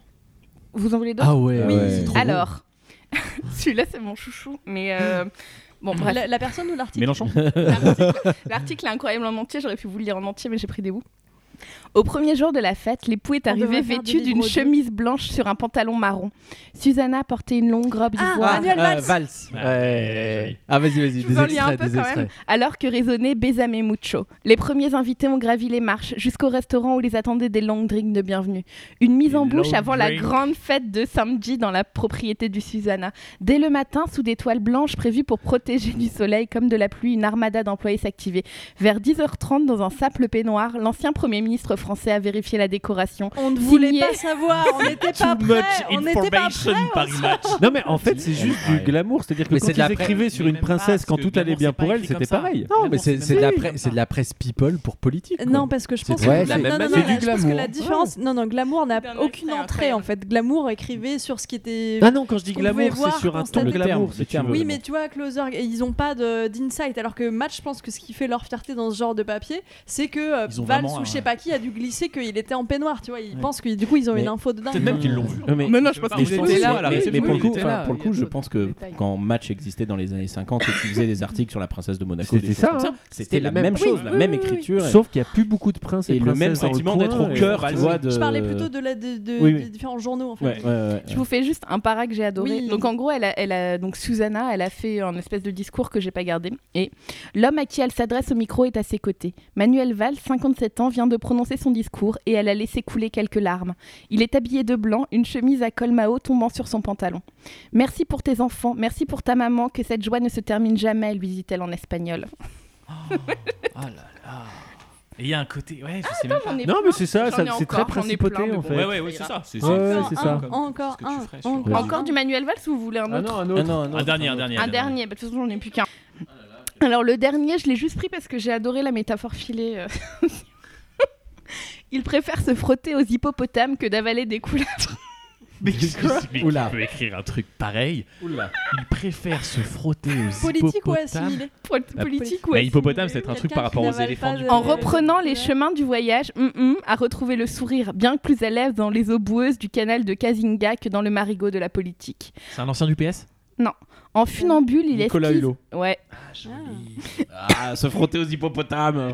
Vous en voulez d'autres Ah ouais. Oui. ouais. C'est trop Alors, celui-là, c'est mon chouchou. Mais euh, Bon, bref. La, la personne ou l'article Mélenchon L'article- L'article est incroyable en entier, j'aurais pu vous le lire en entier, mais j'ai pris des bouts. Au premier jour de la fête, l'époux est On arrivé devrait faire vêtu des d'une livres chemise blanche sur un pantalon marron. Susanna portait une longue robe Ah, d'ivoire. Manuel Valls. Euh, Ah, Ouais. Ah, vas-y, vas-y, Je vous des en lis un extraits, peu des quand même. extraits. Alors que résonnait Besame Mucho. Les premiers invités ont gravi les marches jusqu'au restaurant où les attendaient des longues drinks de bienvenue. Une mise en Des bouche long avant la drinks. grande fête de samedi dans la propriété du Susanna. Dès le matin, sous des toiles blanches prévues pour protéger du soleil comme de la pluie, une armada d'employés s'activait. Vers 10h30, dans un simple peignoir, l'ancien Premier ministre français a vérifié la décoration. On ne voulait Signé- pas savoir, on Ah, n'était pas Too prêts, much on n'était pas prêts. Non, mais en fait, c'est juste du glamour. C'est-à-dire que Mais quand c'est de la ils pre- écrivaient sur Mais une même pas, parce princesse, quand que tout allait glamour, bien c'est pour pas elle, écrit comme c'était ça. pareil. Non, mais c'est c'est de la pre- c'est de la presse people pour politique. quoi. Non, parce que je C'est pense vrai, que, c'est- non, non, non, c'est non, du je pense que glamour. la différence, non, non, glamour n'a aucune entrée en fait. Glamour écrivait sur ce qui était. Ah non, quand je dis qu'on glamour, pouvait c'est voir, sur un ton constater. de glamour, si tu veux. Oui, mais tu vois, Closer, et ils n'ont pas de- d'insight. Alors que Match, je pense que ce qui fait leur fierté dans ce genre de papier, c'est que euh, Ils ont Valls vraiment ou un- je sais pas qui a dû glisser qu'il était en peignoir. Tu vois, ils pensent que du coup ils ont Mais une info de dingue. peut-être même qu'ils l'ont vu. non, Mais- je Mais pense je pense- étaient mais- mais- mais pour le coup, étaient enfin, là, pour le il y coup, a je d'autres pense que détails. quand Match existait dans les années 50 et qu'ils faisaient des articles sur la princesse de Monaco, des C'était choses ça, comme hein. c'était la même chose, la même écriture. et- Sauf qu'il n'y a plus beaucoup de princes et, Et le même princesses dans sentiment coin, d'être au et- cœur, tu vois, de- Je parlais plutôt de la, de, de- Oui, oui. des différents journaux en fait. Ouais, ouais, ouais. Je vous fais juste un para que j'ai adoré. Oui. Donc en gros, elle a, elle a- donc Susanna, elle a fait un espèce de discours que j'ai pas gardé. Et l'homme à qui elle s'adresse au micro est à ses côtés. Manuel Valls, 57 ans, vient de prononcer son discours et elle a laissé couler quelques larmes. Il est habillé de blanc, une chemise à col Mao tombant sur son pantalon. Merci pour tes enfants, merci pour ta maman, que cette joie ne se termine jamais, lui dit-elle en espagnol. Oh Et il y a un côté. Ouais, je sais même pas. Ah, j'en ai Non, mais c'est ça, J'en ça- ai c'est encore, très j'en ai plein, principauté mais en bon. fait. Ouais, ouais, ouais, c'est ça, c'est- Ouais, c'est- c'est un, ça. comme- Encore un, encore. Encore du Manuel Valls ou vous voulez Ah un autre Un dernier, un dernier. Un dernier, bah, de toute façon j'en ai plus qu'un. Alors le dernier, je l'ai juste pris parce que j'ai adoré la métaphore filée. euh. Il préfère se frotter aux hippopotames que d'avaler des couleuvres. Mais qu'est-ce que c'est- mais qui peut écrire un truc pareil Il préfère se frotter aux Politique ou hippopotames. assimilé Pol- Politique ou Mais hippopotame, c'est un truc par rapport aux n'avale éléphants pas du de- En reprenant les chemins du voyage, hum, hum, a retrouvé le sourire bien plus à lèvres dans les eaux boueuses du canal de Kazinga que dans le marigot de la politique. C'est un ancien du PS Non. En funambule, il Nicolas esquisse... Hulot. Ouais. Ah, se frotter aux hippopotames.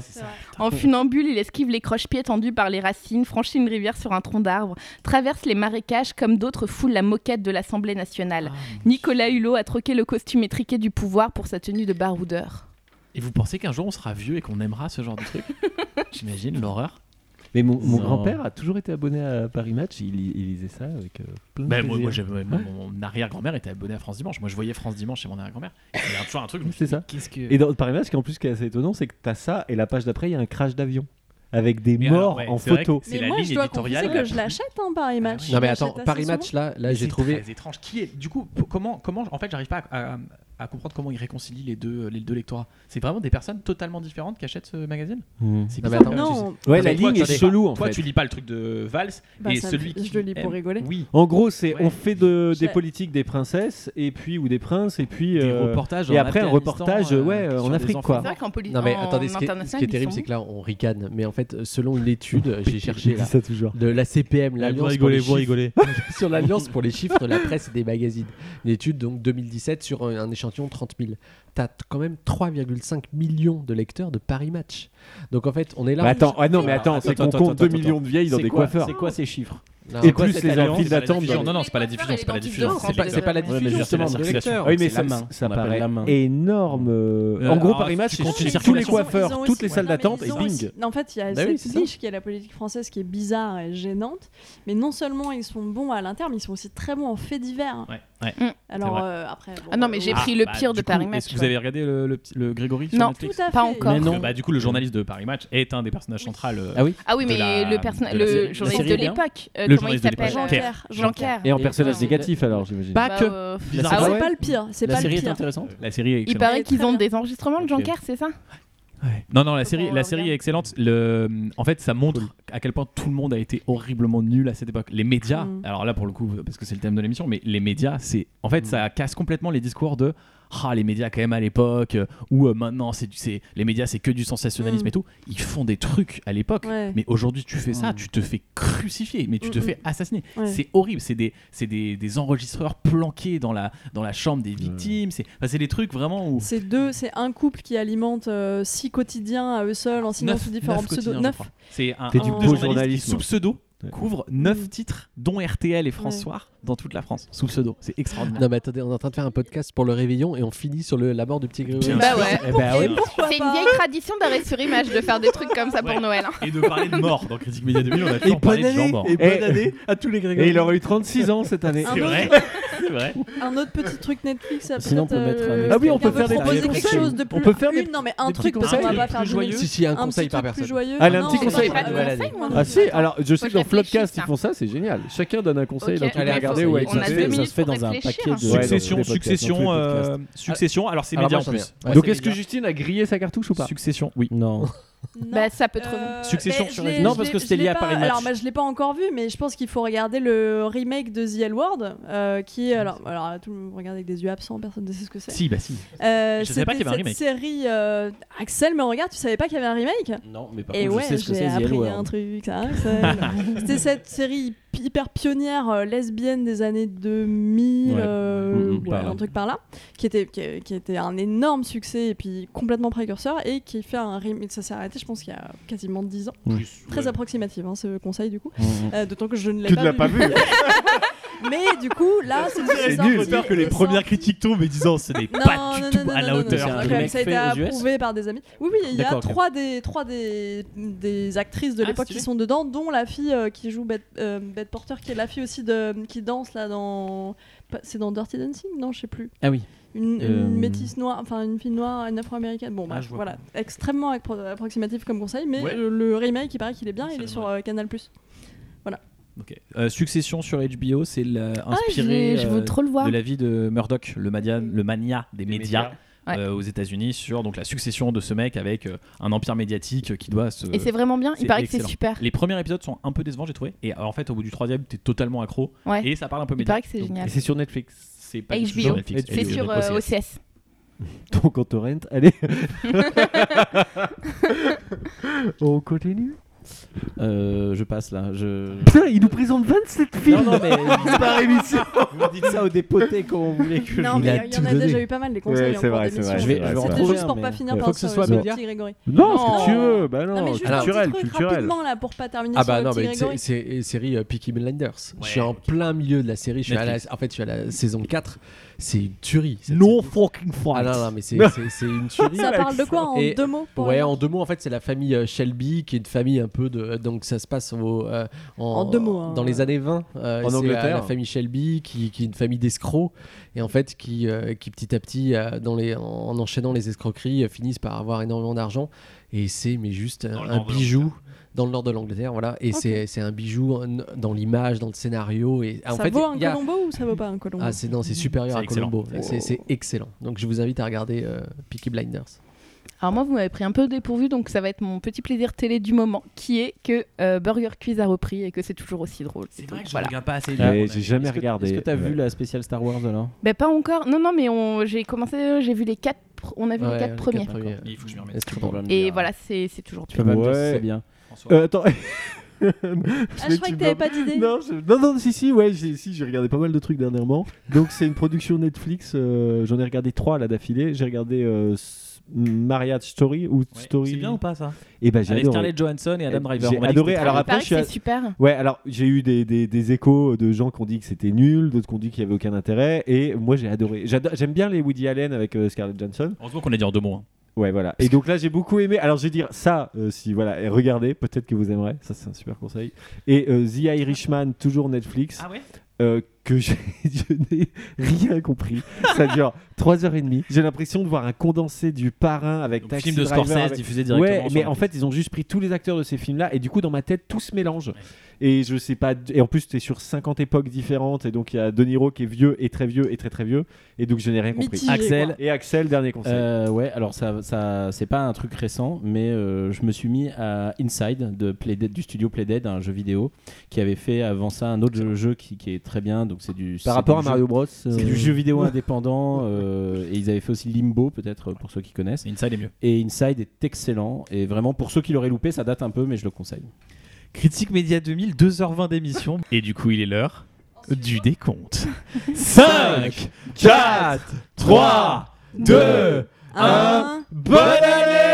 En funambule, il esquive les croche-pieds tendus par les racines, franchit une rivière sur un tronc d'arbre, traverse les marécages comme d'autres foulent la moquette de l'Assemblée nationale. Ah, Nicolas Hulot a troqué le costume étriqué du pouvoir pour sa tenue de baroudeur. Et vous pensez qu'un jour on sera vieux et qu'on aimera ce genre de truc J'imagine l'horreur. Mais mon, mon Non. grand-père a toujours été abonné à Paris Match, il, li- il lisait ça avec euh, plein de Bah, moi, plaisir. moi, j'avais- moi, mon mon arrière-grand-mère était abonnée à France Dimanche. Moi, je voyais France Dimanche chez mon arrière-grand-mère. Il y a toujours un truc. je me suis C'est dit, ça. Qu'est-ce que. Et dans Paris Match, ce qui en plus qui est assez étonnant, c'est que t'as ça et la page d'après, il y a un crash d'avion avec des Mais alors, morts ouais, en c'est vrai que photo. c'est Mais la moi ligne je dois éditoriale confesser la que je plus- l'achète hein, Paris Match. Ah Non, mais Je attends, l'achète assez Paris souvent. Match, là, là j'ai trouvé. C'est étrange. Qui est du coup p- comment comment en fait j'arrive pas à, à- à comprendre comment ils réconcilient les deux les deux lectorats. C'est vraiment des personnes totalement différentes qui achètent ce magazine. Mmh. C'est Ah Non, bah mais bizarre. quand attends, même, non. tu sais. Ouais, Parce la que toi, ligne tu est lis pas- chelou, en Toi fait. tu lis pas le truc de Valls Bah, et ça me- celui qui je le lis pour aime- rigoler. Oui. En gros, c'est Ouais. on fait de, des Je- politiques des princesses et puis ou des princes et puis Des euh, reportages et en après un Afghanistan, reportage euh, ouais euh, sur en des Afrique enfants. quoi. C'est vrai qu'en poli- Non mais en attendez, ce qui est, ce international, qui est ils terrible, sont c'est que là on ricane. Mais en fait, selon une étude, j'ai cherché J'ai là, ça toujours. de la CPM, l'alliance pour les chiffres- sur l'alliance pour les chiffres de la presse et des magazines. Une étude donc 2017 sur un un échantillon de 30 000. T'as t- quand même 3,5 millions de lecteurs de Paris Match. Donc en fait, on est là. Bah, attends, ah non mais attends, c'est qu'on compte 2 millions de vieilles dans C'est des quoi- coiffeurs. C'est quoi ces chiffres Non, Et c'est quoi plus cette les alliance enfiles C'est la d'attente. diffusion. genre. Non non, c'est pas la Les diffusion, c'est pas la coiffeurs et diffusion, les c'est dentistes, les- c'est pas la Ouais, mais diffusion, juste, c'est la c'est la circulation. circulation. Oui mais C'est ça, la main, ça on appelle paraît la main. énorme. euh, Euh, en gros alors, Paris tu Match, comptes c'est une tous les Ils circulation. ont coiffeurs, aussi- toutes les ouais, salles non, mais d'attente ils et ont bing. aussi- En fait, il y a Bah oui, cette c'est ça. niche qui est la politique française qui est bizarre et gênante, mais non seulement ils sont bons à l'interne, mais ils sont aussi très bons en faits divers. Ouais, ouais. Mm. Alors vrai. euh, après. bon, Ah non, mais euh, j'ai oui. pris le bah, pire de du coup, Paris est-ce Match. que Vous avez regardé le, le petit- le Grégory sur Non, Netflix Tout à Pas fait. encore. Mais non. Parce que, bah, du coup, le journaliste de Paris Match est un des personnages centraux. euh, Ah oui. Ah oui, de mais la- le, perso- de la série- le la journaliste série de bien. l'époque, euh, Le comment il journaliste de l'époque. s'appelle Jean euh, Kerr. Jean Kerr. Et en Ouais, personnage ouais. négatif alors j'imagine. Pas Bah, que. euh, La Ah série- c'est pas le pire, c'est La pas le série est pire. intéressante. La série est Il excellente. paraît Elle est qu'ils très ont bien. des enregistrements de Jean Ok. Kerr, c'est ça Non, non, la Faut série, qu'on la la série regarde. est excellente. Le, euh, en fait, ça montre à quel point tout le monde a été horriblement nul à cette époque. Les médias, Mm. alors là pour le coup, parce que c'est le thème de l'émission, mais les médias, c'est en fait, ça casse complètement les discours de ah les médias quand même à l'époque euh, ou euh, maintenant c'est du- c'est les médias c'est que du sensationnalisme Mm. et tout ils font des trucs à l'époque Ouais. mais aujourd'hui tu fais ça Mm. tu te fais crucifier mais tu te Mm, fais mm. assassiner Ouais. c'est horrible c'est des c'est des, des enregistreurs planqués dans la dans la chambre des victimes c'est enfin, c'est des trucs vraiment où C'est deux, c'est un couple qui alimente euh, six quotidiens à eux seuls en signant Neuf- sous différents neuf quotidiens, pseudos. je Neuf. crois. C'est un, T'es un du ou beau deux journalistes qui, journalisme. sous pseudo couvre Mmh. 9 titres, dont RTL et France Ouais. Soir, dans toute la France, sous pseudo. C'est extraordinaire. Non mais attendez, on est en train de faire un podcast pour le réveillon et on finit sur le, la mort du petit Grégory. Bien Bah sûr. ouais. Eh ben oui. C'est une vieille tradition d'arrêt sur image de faire des trucs comme ça pour Noël. hein. Et de parler de mort dans Critique Média 2000, on a toujours Et parlé bonne de gens année, morts. et bonne Et- année Ah, à tous les Et il aurait eu 36 ans cette année. Ah, Un autre- C'est vrai. Un autre petit truc Netflix. ça peut Sinon, on peut être, mettre un euh, extrait. Ah oui, on peut quelqu'un faire veut des proposer petits quelque conseils. chose de plus. On peut faire des- une- non, mais un des truc petits parce qu'on va conseils pas plus faire de joyeux. musique. Si, si, un conseil petit par truc plus personne. joyeux. Allez, un non, petit on conseil. va pas- euh, Ah si, alors je Faut sais que que je dans Flopcast réfléchisse, ils font ça, c'est génial. Chacun donne un conseil Ok. dans tout Allez, le regardez faut- où est on a deux minutes pour réfléchir. Ouais, Succession, dans tous les podcasts, succession, dans tous les euh, podcasts. succession. Alors c'est Alors, média en moi, j'en ai plus. un. Ouais, Donc c'est est-ce que média. Justine a grillé sa cartouche ou pas Succession, oui. Non. Bah, ça peut te revenir. euh, Succession mais je sur l'ai- les- Non, je parce l'ai- que c'était je l'ai lié à pas- Paris Match. Alors, bah, je l'ai pas encore vu, mais je pense qu'il faut regarder le remake de The L Word, euh, qui est- alors, alors tout le monde regarde avec des yeux absents, personne ne sait ce que c'est. Si, bah si. Euh, Je savais pas c'était qu'il y avait un cette série euh, Axel, mais regarde, tu savais pas qu'il y avait un remake Non, mais par Et contre, ouais, je sais ce que j'ai c'est The appris L-Word. un truc, ça, Axel. C'était cette série hy- hyper pionnière euh, lesbienne des années 2000, Ouais. euh, Mm, Mhm, par ouais, là. un truc par là, qui était, qui, qui était un énorme succès et puis complètement précurseur et qui fait un remake. Ça s'est arrêté, je pense, qu'il y a quasiment 10 ans. Plus, Très ouais. approximative, hein, ce conseil du coup. Mhm. Euh, D'autant que je ne l'ai Tu pas ne l'as pas vu. Mais du coup, là, c'est Ah, C'est sorti nul. peur que les et premières critiques tombent et disant ce n'est pas du tout à la hauteur. ça, quand même, ça a été approuvé par des amis. Oui, oui, il y a D'accord, ok. trois des, trois des, des actrices de Ah, l'époque qui stylé. sont dedans, dont la fille euh, qui joue Bette, euh, Bette Porter, qui est la fille aussi de, qui danse là dans. pas- C'est dans Dirty Dancing Non, je sais plus. Ah oui. Une, une Euh, métisse noire, enfin une fille noire, une afro-américaine. Bon, Ah, bref, je vois voilà. Extrêmement appro- approximatif comme conseil, mais Ouais. euh, le remake, il paraît qu'il est bien, il est sur euh, Canal. Voilà. Ok. Euh, Succession sur HBO, c'est la- Ah, je inspiré vais- je veux euh, trop le voir. de la vie de Murdoch, le, mania, le mania des médias. médias. euh, aux États-Unis sur donc la succession de ce mec avec euh, un empire médiatique euh, qui doit se Et c'est vraiment bien, il C'est paraît que c'est excellent. super. les premiers épisodes sont un peu décevants j'ai trouvé et euh, en fait au bout du troisième t'es totalement accro Ouais. et ça parle un peu Il média paraît que c'est Donc- génial. Et c'est sur Netflix c'est pas du tout HBO, sur Netflix c'est sur euh, OCS. Ton compte torrent, allez. On continue Euh, je passe là. Je... Putain, il nous présente 27 films Non, non, mais- par émission Vous dites ça aux dépotés quand vous voulez que Non, je- mais il y en a déjà eu pas mal, les conseils en c'est cours vrai, c'est d'émission. vrai. Je vais- c'est je vais vrai, en c'est C'était vrai. juste pour pas finir Faut par que ce ça, soit sur le média. petit Grégory. Non, ce que tu veux, bah non, non mais juste un culturel, petit truc culturel. rapidement là pour pas terminer Ah bah sur non, le petit mais c'est- Grégory. c'est série euh, Peaky Blinders. je suis en plein milieu de la série. Je suis à la- en fait, je suis à la saison 4. C'est une tuerie. No fucking fight. Ah non, non, mais c'est c'est- c'est une tuerie. Ça parle de quoi en Et- deux mots pour Ouais, les- en deux mots, en fait, c'est la famille euh, Shelby qui est une famille un peu de. euh, Donc ça se passe au, euh, en, En deux mots, hein. Dans les années 20. euh, En c'est, euh, Angleterre. La famille Shelby qui, qui est une famille d'escrocs et en fait qui, euh, qui petit à petit, euh, dans les, en, en enchaînant les escroqueries, euh, finissent par avoir énormément d'argent. Et c'est mais juste euh, un nord de bijou. Dans le nord de l'Angleterre, voilà. Et Ok. c'est- c'est un bijou en- dans l'image, dans le scénario. Et, ah, en ça fait, vaut un il y a- Colombo ou ça vaut pas un Colombo Ah, c'est, non, c'est supérieur Mm. C'est à excellent. Colombo. C'est C'est, c'est excellent. Donc je vous invite à regarder euh, Peaky Blinders. Alors moi, vous m'avez pris un peu au dépourvu, donc ça va être mon petit plaisir télé du moment, qui est que euh, Burger Quiz a repris et que c'est toujours aussi drôle. C'est vrai que je voilà. regarde pas assez Ouais, j'ai jamais Ah, Est-ce que- regardé. Euh, Est-ce que t'as vu Ouais. la spéciale Star Wars alors Ben pas encore. Non, non, mais on... j'ai commencé, euh, j'ai vu les quatre, pr- on a vu les quatre premiers. Il faut que je m'y remette. Est-ce que tu- Et voilà, c'est c'est toujours Tu peux pas me dire si Ouais. c'est bien. Euh, attends. ah, je croyais que t'avais pas d'idée. Non, je- non, non, si, si, ouais, j'ai si, j'ai regardé pas mal de trucs dernièrement. Donc, c'est une production Netflix. euh, J'en ai regardé trois là d'affilée. J'ai regardé euh, S- Marriage Story ou Story. c'est bien ou pas, ça Et ben, j'ai Avec adoré. Eh, Scarlett Johansson et Adam Driver. J'ai On m'a dit adoré. que Alors c'était après, je suis c'est à- super. Ouais, alors j'ai eu des, des, des échos de gens qui ont dit que c'était nul, d'autres qui ont dit qu'il y avait aucun intérêt, et moi j'ai adoré. J'ado- J'aime bien les Woody Allen avec euh, Scarlett Johansson. Heureusement qu'on a dit en deux mots. hein. Ouais, voilà. Et donc là, j'ai beaucoup aimé. Alors, je vais dire ça, euh, si voilà, et regardez, peut-être que vous aimerez. Ça, c'est un super conseil. Et euh, The Irishman, toujours Netflix. Ah ouais euh, que j'ai- je n'ai rien compris. Ça dure 3h30. J'ai l'impression de voir un condensé du parrain avec Donc, Taxi film de Driver, Scorsese avec- diffusé directement Ouais, sur mais Netflix. en fait, ils ont juste pris tous les acteurs de ces films-là et du coup, dans ma tête, tout se mélange. Et je sais pas. Et en plus, tu es sur 50 époques différentes et donc il y a De Niro qui est vieux et très vieux et très très vieux. Et donc, je n'ai rien compris. Mitigé, Axel. quoi. Et Axel, dernier conseil. Euh, ouais, alors ça, ça c'est pas un truc récent, mais euh, je me suis mis à Inside de Playdead, du studio Playdead, un jeu vidéo qui avait fait avant ça un autre jeu, jeu qui, qui est très bien, donc c'est du. c'est Par rapport du à jeu- Mario Bros. euh, C'est du jeu vidéo indépendant. euh, et ils avaient fait aussi Limbo, peut-être, pour ceux qui connaissent. Inside est mieux. Et Inside est excellent. Et vraiment, pour ceux qui l'auraient loupé, ça date un peu, mais je le conseille. Critique Média 2000, 2h20 d'émission. Et du coup, il est l'heure du décompte. 네. 아, 5, 4, 3, 2, 1. Bonne année